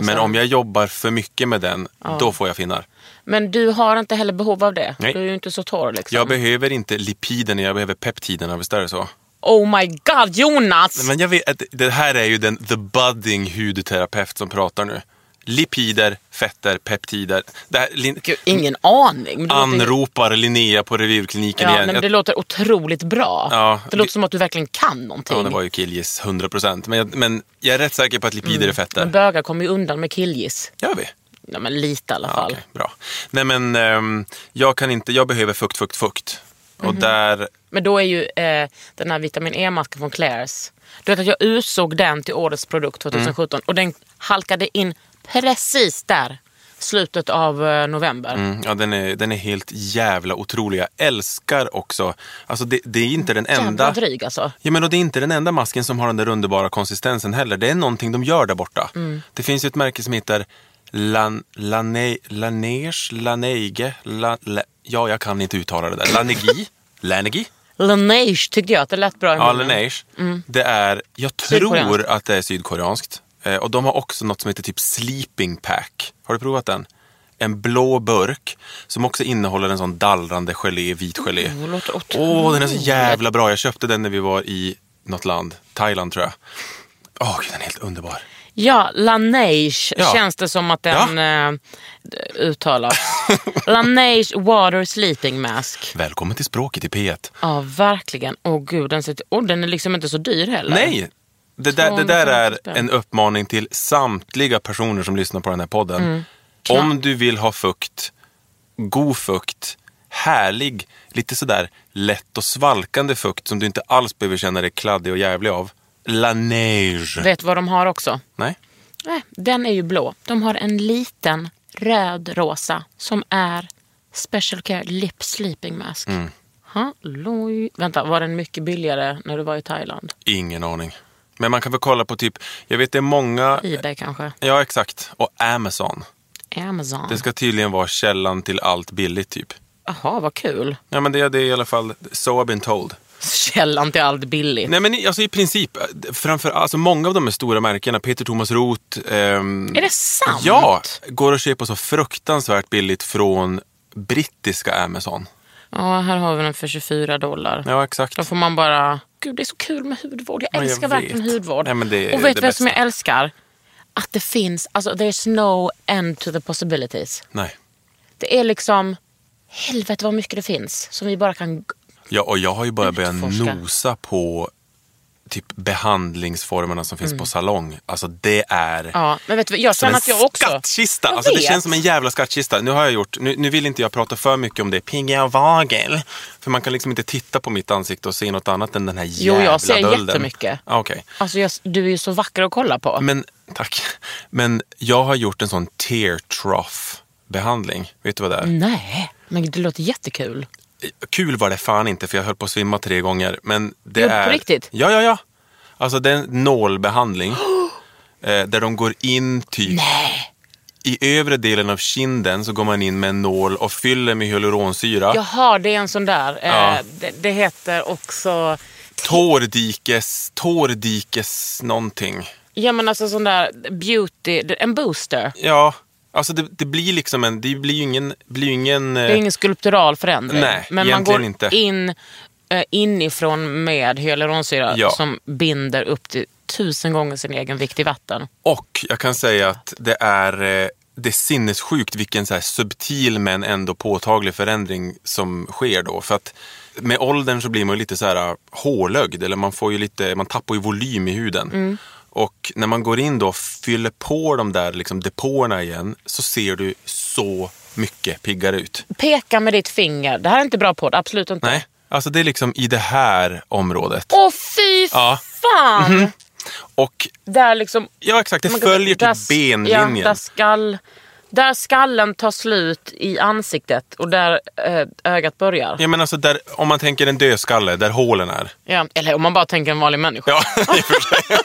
S2: Men om jag jobbar för mycket med den, då får jag finnar.
S1: Men du har inte heller behov av det.
S2: Nej.
S1: Du är ju inte så torr liksom.
S2: Jag behöver inte lipiderna, jag behöver peptiderna. Visst är det så?
S1: oh my god, Jonas!
S2: Men jag vet, att det här är ju den the budding hudterapeut som pratar nu. Lipider, fetter, peptider. Det här, Lin-
S1: Gud, ingen aning. Men det låter-
S2: anropar Linnea på revirkliniken
S1: Ja,
S2: igen.
S1: nej, men det
S2: Jag-
S1: låter otroligt bra.
S2: Ja,
S1: det låter
S2: det-
S1: som att du verkligen kan någonting.
S2: Ja, det var ju killgiss 100%. Men jag, men jag är rätt säker på att lipider är
S1: Mm. Men
S2: fetter.
S1: bögar kommer ju undan med killgiss.
S2: Gör vi?
S1: Ja, men lite i alla
S2: Ja,
S1: fall.
S2: okej, bra. Nej men ehm, jag kan inte, jag behöver fukt, fukt, fukt.
S1: Mhm.
S2: Och där,
S1: Men då är ju eh, den här vitamin E-masken från Claire's. Du vet att jag
S2: Mm.
S1: utsåg den till årets produkt 2017 och den halkade in precis där. slutet av eh, november.
S2: Mm, ja, den är, den är helt jävla otrolig. Jag älskar också... Alltså det, det är inte den
S1: Jävla
S2: enda...
S1: dryg alltså.
S2: Ja, men och det är inte den enda masken som har den där underbara konsistensen heller. Det är någonting de gör där borta. Det finns ju ett märke som heter Lan, Lane, Laneige, Laneige, La, La, Ja, jag kan inte uttala det där. Lanegi? Lanegi?
S1: Laneige tyckte jag att det lät bra i
S2: Ja,
S1: munnen.
S2: Laneige. Det är, jag tror
S1: Sydkoreanskt.
S2: att det är sydkoreanskt. Eh, och de har också något som heter typ sleeping pack. Har du provat den? En blå burk som också innehåller en sån dallrande gelé, vit gelé.
S1: Det låter otroligt.
S2: Åh, den är så jävla bra. Jag köpte den när vi var i något land. Thailand tror jag. Åh, gud, den är helt underbar.
S1: Ja, Laneige
S2: Ja.
S1: känns det som att den eh, uttalas. Laneige Water Sleeping Mask.
S2: Välkommen till språket i P1.
S1: Ja, verkligen. Åh gud, den, sitter... oh, den är liksom inte så dyr heller.
S2: Nej! Det där, det där
S1: 250
S2: är
S1: spänn.
S2: en uppmaning till samtliga personer som lyssnar på den här podden. Om du vill ha fukt, god fukt, härlig, lite sådär lätt och svalkande fukt som du inte alls behöver känna dig kladdig och jävlig av. Laneige.
S1: Vet vad de har också?
S2: Nej?
S1: Nej, Eh, den är ju blå. De har en liten röd rosa som är Special Care Lip Sleeping Mask.
S2: Mm.
S1: Halloj. Vänta, var den mycket billigare när du var i Thailand?
S2: Ingen aning. Men man kan väl kolla på typ, jag vet det är många...
S1: Ebay kanske?
S2: Ja, exakt. Och Amazon.
S1: Amazon?
S2: Det ska tydligen vara källan till allt billigt typ.
S1: Jaha, vad kul.
S2: Ja men det är det i alla fall, so I've been told.
S1: Källan till allt billigt.
S2: Nej men i- alltså i princip, eh, framför, alltså många av de här stora märkena, Peter Thomas Roth. ehm,
S1: Är det sant?
S2: Ja, går att köpa så fruktansvärt billigt från brittiska Amazon.
S1: Ja, här har vi den för 24 dollar.
S2: Ja exakt.
S1: Då får man bara... Gud, det är så kul med hudvård. Jag
S2: Ja, jag
S1: älskar
S2: vet.
S1: verkligen hudvård.
S2: Nej, men det är
S1: och vet
S2: det
S1: du vad som jag
S2: bästa.
S1: älskar? Att det finns... Alltså, there's no end to the possibilities.
S2: Nej.
S1: Det är liksom... Helvete vad mycket det finns som vi bara kan...
S2: Ja, och jag har ju bara börjat
S1: Utforska.
S2: nosa på typ behandlingsformerna som
S1: Mm.
S2: finns på salong. Alltså det är...
S1: Ja, men vet du, vad? jag
S2: Som
S1: känner
S2: en
S1: att jag också...
S2: skattkista.
S1: Jag
S2: Alltså, det
S1: vet.
S2: känns som en jävla skattkista. Nu har jag gjort, nu, nu vill inte jag prata för mycket om det. Pinga och vagel. För man kan liksom inte titta på mitt ansikte och se något annat än den här
S1: Jo,
S2: jävla
S1: jag ser
S2: bölden.
S1: jättemycket.
S2: Ah, Okej.
S1: Alltså, jag, du är ju så vacker att kolla på.
S2: Men, tack. Men jag har gjort en sån tear trough behandling. Vet du vad det är?
S1: Nej, men det låter jättekul.
S2: Kul var det fan inte för jag höll på att svimma tre gånger. Men det
S1: Jo, på
S2: är...
S1: riktigt?
S2: Ja, ja, ja. Alltså det är en nålbehandling. eh, där de går in typ... I övre delen av kinden så går man in med en nål och fyller med hyaluronsyra.
S1: Jaha, det är en sån där.
S2: Ja.
S1: Eh, det, det heter också...
S2: Tårdikes... Tårdikes någonting.
S1: Ja, men alltså sån där beauty... En booster.
S2: Ja, alltså det, det blir liksom en... Det blir ju ingen... Blir ju ingen eh,
S1: Det är ingen skulptural förändring.
S2: Nej,
S1: men man
S2: egentligen
S1: går
S2: inte.
S1: in eh, inifrån med hyaluronsyra
S2: Ja.
S1: som binder upp till tusen gånger sin egen vikt i vatten.
S2: Och jag kan säga att det är, eh, det är sinnessjukt vilken så här subtil men ändå påtaglig förändring som sker då. För att med åldern så blir man ju lite så här hårlögd eller man, får ju lite, man tappar ju volym i huden.
S1: Mm.
S2: Och när man går in då och fyller på de där liksom depåerna igen så ser du så mycket piggare ut.
S1: Peka med ditt finger. Det här är inte bra podd, absolut inte.
S2: Nej, alltså det är liksom i det här området.
S1: Åh fy
S2: Ja.
S1: fan!
S2: Och
S1: Där liksom...
S2: ja exakt, det
S1: man kan-
S2: följer
S1: där
S2: till
S1: s- Ja, där,
S2: benlinjen.
S1: skall, där skallen tar slut i ansiktet och där eh, ögat börjar. Ja.
S2: Ja, men alltså där, om man tänker en dödskalle, där hålen är.
S1: Eller om man bara tänker en vanlig människa.
S2: Ja, i och för sig.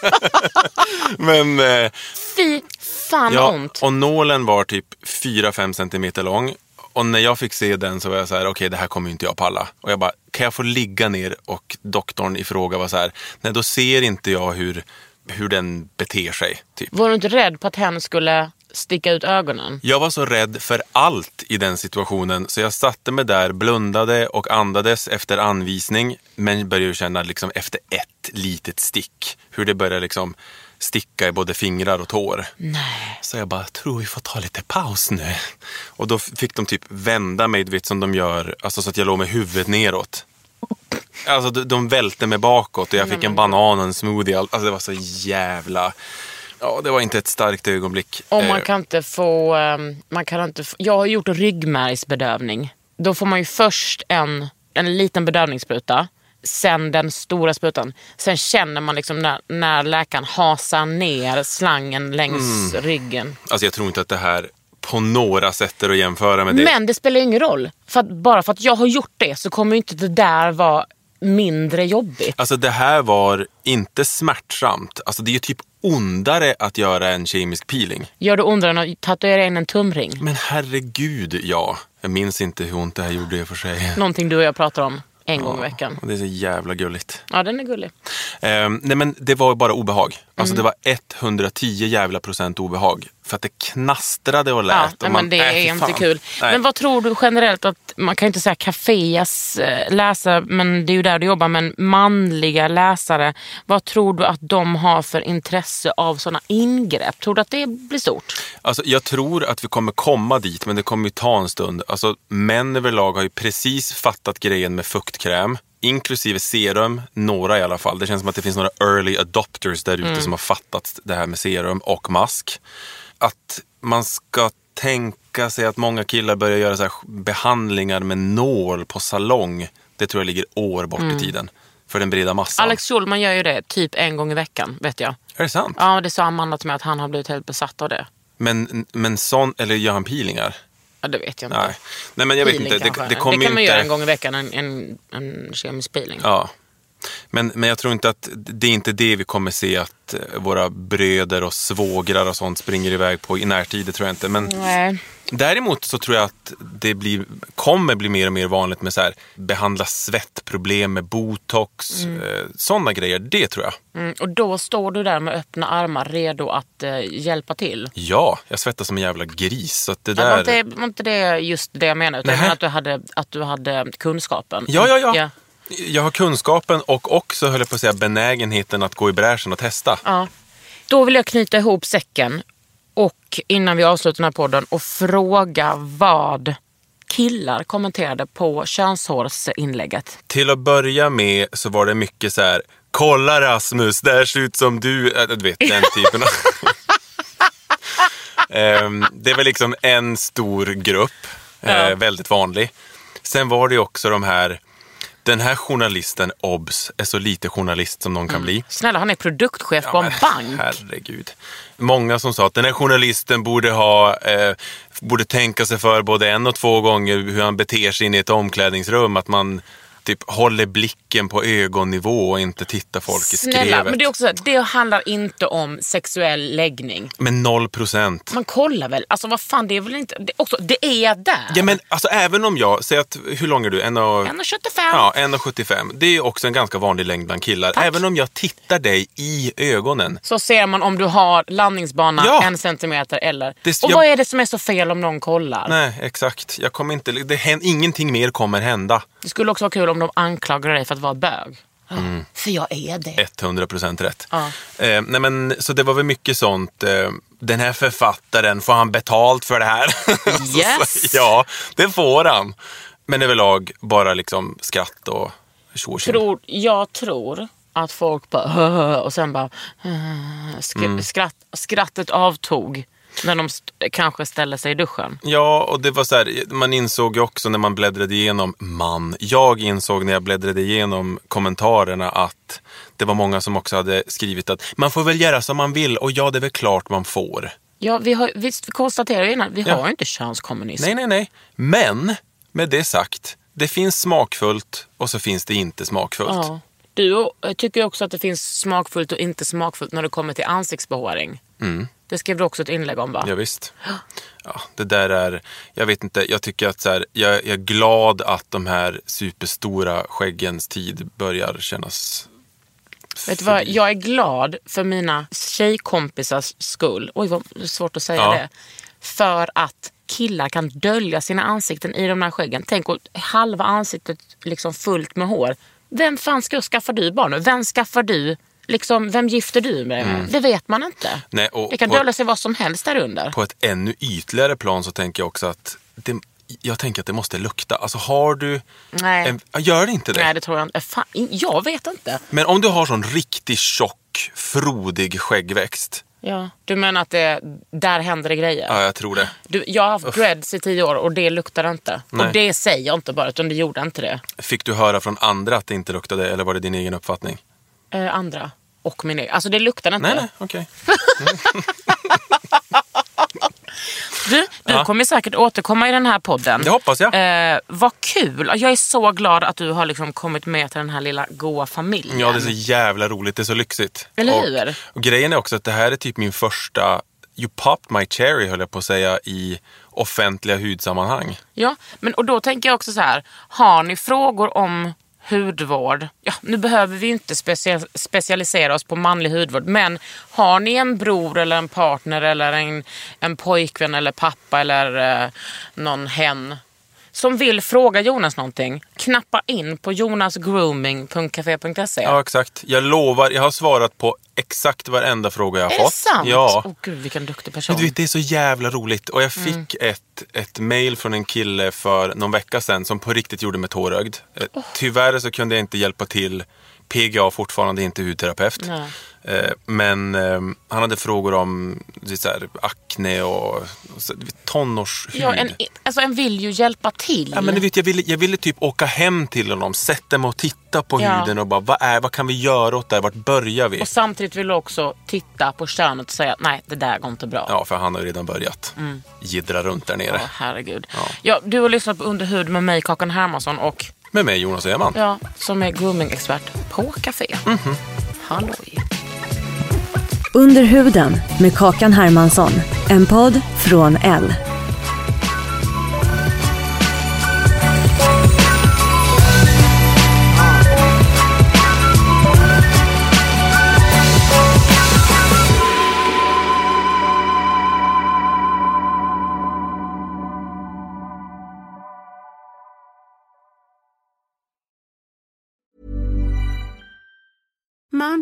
S2: Men, eh,
S1: Fy fan vad
S2: ja,
S1: ont.
S2: och nålen var typ 4-5 centimeter lång. Och när jag fick se den så var jag så här, okej det här kommer ju inte jag palla. Och jag bara, kan jag få ligga ner? Och doktorn i fråga var så här, nej då ser inte jag hur, hur den beter sig. Typ.
S1: Var du inte rädd på att hen skulle sticka ut ögonen?
S2: Jag var så rädd för allt i den situationen så jag satte mig där, blundade och andades efter anvisning men började känna liksom efter ett litet stick hur det började liksom sticka i både fingrar och tår. Så jag bara, tror vi får ta lite paus nu. Och då fick de typ vända mig, du vet som de gör, alltså så att jag låg med huvudet neråt. Alltså de, de välte mig bakåt och jag fick en banan och en smoothie. Allt- Alltså det var så jävla... Ja, det var inte ett starkt ögonblick.
S1: Och
S2: Eh,
S1: man kan inte få... ehm, Man kan inte få jag har gjort ryggmärgsbedövning. Då får man ju först en, en liten bedövningsspruta, sen den stora sprutan. Sen känner man liksom när, när läkaren hasar ner slangen längs ryggen.
S2: Mm. Alltså jag tror inte att det här på några sätt är att jämföra med det.
S1: Men det spelar ju ingen roll. För att, bara för att jag har gjort det så kommer ju inte det där vara mindre jobbigt.
S2: Alltså det här var inte smärtsamt. Alltså det är ju typ ondare att göra en kemisk peeling.
S1: Gör det ondare än att tatuera in en tumring?
S2: Men herregud, ja. Jag minns inte hur ont det här gjorde i och för sig.
S1: Någonting du och jag pratar om en gång i veckan.
S2: Och Det är så jävla gulligt.
S1: Ja, den är gullig.
S2: Ehm, nej men det var bara obehag. Alltså
S1: Mm.
S2: det var 110 jävla procent obehag. För att det knastrade och lät.
S1: Ja,
S2: och
S1: nej, men det
S2: äh, fy
S1: är inte
S2: fan.
S1: kul.
S2: Nej.
S1: Men vad tror du generellt att, man kan ju inte säga kaféas eh, läsare, men det är ju där du jobbar, men manliga läsare, vad tror du att de har för intresse av sådana ingrepp? Tror du att det blir stort?
S2: Alltså, jag tror att vi kommer komma dit, men det kommer ju ta en stund. Alltså, män överlag har ju precis fattat grejen med fuktkräm, inklusive serum, några i alla fall. Det känns som att det finns några early adopters där
S1: Mm.
S2: ute som har fattat det här med serum och mask. Att man ska tänka sig att många killar börjar göra så här behandlingar med nål på salong. Det tror jag ligger år bort i tiden för den breda massan.
S1: Mm. Alex Schulman gör ju det typ en gång i veckan, vet jag.
S2: Är det sant?
S1: Ja, det sa Amanda till mig att han har blivit helt besatt av det.
S2: Men, men sån, eller gör han peelingar?
S1: Ja, det vet jag inte.
S2: Nej, Nej men jag vet
S1: Peeling
S2: inte.
S1: kanske.
S2: Det, det, kommer
S1: kan man
S2: inte...
S1: göra en gång i veckan, en, en, en kemisk peeling.
S2: Ja. Men, men jag tror inte att det är inte det vi kommer se att eh, våra bröder och svågrar och sånt springer iväg på i närtid. Det tror jag inte. Men
S1: Nej.
S2: däremot så tror jag att det blir, kommer bli mer och mer vanligt med så här, behandla svettproblem med botox. Mm. Sådana grejer, det tror jag.
S1: Mm, och då står du där med öppna armar redo att eh, hjälpa till.
S2: Ja, jag svettas som en jävla gris. Så att det
S1: Ja, Var
S2: där...
S1: inte, var inte det just det jag menade? Utan jag
S2: Nähä.
S1: menar att du hade, att du hade kunskapen.
S2: Ja, ja, ja. Jag har kunskapen och också, höll jag på att säga, benägenheten att gå i bräschen och testa.
S1: Ja. Då vill jag knyta ihop säcken och innan vi avslutar den här podden och fråga vad killar kommenterade på könshårsinlägget.
S2: Till att börja med så var det mycket så här. Kolla Rasmus, det här ser ut som du. Äh, Du vet den typen av... Ehm, det var liksom en stor grupp. eh, Väldigt vanlig. Sen var det ju också de här. Den här journalisten, obs, är så lite journalist som någon kan bli.
S1: Snälla, han är produktchef på en
S2: men
S1: bank.
S2: Herregud. Många som sa att den här journalisten borde, ha, eh, borde tänka sig för både en och två gånger hur han beter sig inne i ett omklädningsrum. Att man typ håller blicken på ögonnivå och inte tittar folk i
S1: Snälla,
S2: skrevet.
S1: men det, är också, så här, det handlar inte om sexuell läggning.
S2: Men noll procent.
S1: Man kollar väl? Alltså vad fan, det är väl inte... Det, också, det är där.
S2: Ja, men alltså även om jag, säg att, hur lång är du? En och...
S1: 1,75.
S2: Ja, 1,75. Det är också en ganska vanlig längd bland killar. Även om jag tittar dig i ögonen.
S1: Så ser man om du har landningsbana
S2: Ja.
S1: en centimeter eller...
S2: Det-
S1: och
S2: jag-
S1: vad är det som är så fel om någon kollar?
S2: Nej, exakt. Jag kommer inte, det, hän- ingenting mer kommer hända.
S1: Det skulle också vara kul om de anklagade dig för att vara bög. Ja,
S2: Mm.
S1: För jag är
S2: Eh.
S1: det.
S2: 100% rätt.
S1: Ja.
S2: Eh, nej men, så det var väl mycket sånt. Eh, den här författaren, får han betalt för det här? Så-
S1: Yes.
S2: ja, det får han. Men överlag bara liksom skratt och tjo och tjim.
S1: Tror, jag tror att folk bara "Hö-hö-hö", och sen bara sk-
S2: Mm.
S1: skratt, skrattet avtog när de st- kanske ställer sig i duschen.
S2: Ja, och det var så här, man insåg ju också när man bläddrade igenom, man, jag insåg när jag bläddrade igenom kommentarerna att det var många som också hade skrivit att man får väl göra som man vill och ja, det är väl klart man får.
S1: Ja, vi, har, vi konstaterade innan, vi
S2: Ja.
S1: har ju inte könskommunism.
S2: Nej, nej, nej. Men med det sagt, det finns smakfullt och så finns det inte smakfullt.
S1: Ja. Du eh, tycker ju också att det finns smakfullt och inte smakfullt när det kommer till ansiktsbehåring.
S2: Mm.
S1: Det skrev du också ett inlägg om va?
S2: Ja, visst. Ja, det där är, jag vet inte, jag tycker att så här, jag, jag är glad att de här superstora skäggens tid börjar kännas...
S1: Vet du vad? Jag är glad för mina tjejkompisars skull. Oj, vad svårt att säga
S2: Ja.
S1: det. För att killar kan dölja sina ansikten i de där skäggen. Tänk och halva ansiktet liksom fullt med hår. Vem fan ska skaffa du barn med? Vem skaffar du? Liksom, vem gifter du med? Det vet man inte.
S2: Mm. Nej, och
S1: det kan
S2: på-
S1: dölja sig vad som helst där under.
S2: På ett ännu ytligare plan så tänker jag också att det, jag tänker att det måste lukta. Alltså har du...
S1: Nej.
S2: En, Ja, gör det inte det?
S1: Nej, det tror jag inte. Fan, jag vet inte.
S2: Men om du har sån riktigt tjock, frodig skäggväxt.
S1: Ja. Du menar att det, där händer det grejer?
S2: Ja, jag tror det.
S1: Du, jag har haft dreads i tio år och det luktar inte.
S2: Nej.
S1: Och det säger jag inte bara, utan det gjorde inte det.
S2: Fick du höra från andra att det inte luktade eller var det din egen uppfattning?
S1: Eh, andra. Och min egen. Alltså det luktar inte.
S2: Nej, nej, okej.
S1: Du, du kommer säkert återkomma i den här podden.
S2: Det hoppas jag.
S1: Eh, vad kul. Jag är så glad att du har liksom kommit med till den här lilla goa familjen.
S2: Ja, det är så jävla roligt. Det är så lyxigt.
S1: ehm. Eller
S2: och,
S1: hur?
S2: Och grejen är också att det här är typ min första You popped my cherry höll jag på att säga i offentliga hudsammanhang.
S1: Ja, men och då tänker jag också så här. Har ni frågor om hudvård? Ja, nu behöver vi ju inte specia- specialisera oss på manlig hudvård, men har ni en bror eller en partner eller en, en pojkvän eller pappa eller eh, någon hen som vill fråga Jonas någonting, knappa in på jonasgrooming.café.se.
S2: Ja, exakt. Jag lovar, jag har svarat på exakt varenda fråga jag har
S1: är det
S2: fått.
S1: sant?
S2: Ja.
S1: Åh gud, vilken duktig person.
S2: Men du vet, det är så jävla roligt. Och jag
S1: Mm.
S2: fick ett, ett mail från en kille för någon vecka sedan som på riktigt gjorde mig tårögd. Eh, Tyvärr så kunde jag inte hjälpa till. PGA fortfarande inte hudterapeut.
S1: Nej.
S2: Eh, Men eh, han hade frågor om du vet, så här, akne och, och så, du vet, tonårshud.
S1: ja, en, alltså, en vill ju hjälpa till.
S2: Ja, men du vet, jag, ville, jag ville typ åka hem till honom, sätta mig och titta på
S1: Ja.
S2: huden och bara vad, är, vad kan vi göra åt det här? Vart börjar vi?
S1: Och samtidigt vill du också titta på könet och säga nej, det där går inte bra.
S2: Ja, för han har ju redan börjat jiddra runt där nere.
S1: Åh, herregud. Mm. Ja. du har lyssnat på Under hud med mig, Kakan Hermansson, och
S2: Med mig Jonas Öhman.
S1: ja, som är grooming-expert på café. Halloj.
S3: Under huden med Kakan Hermansson. En podd från L.
S6: Mom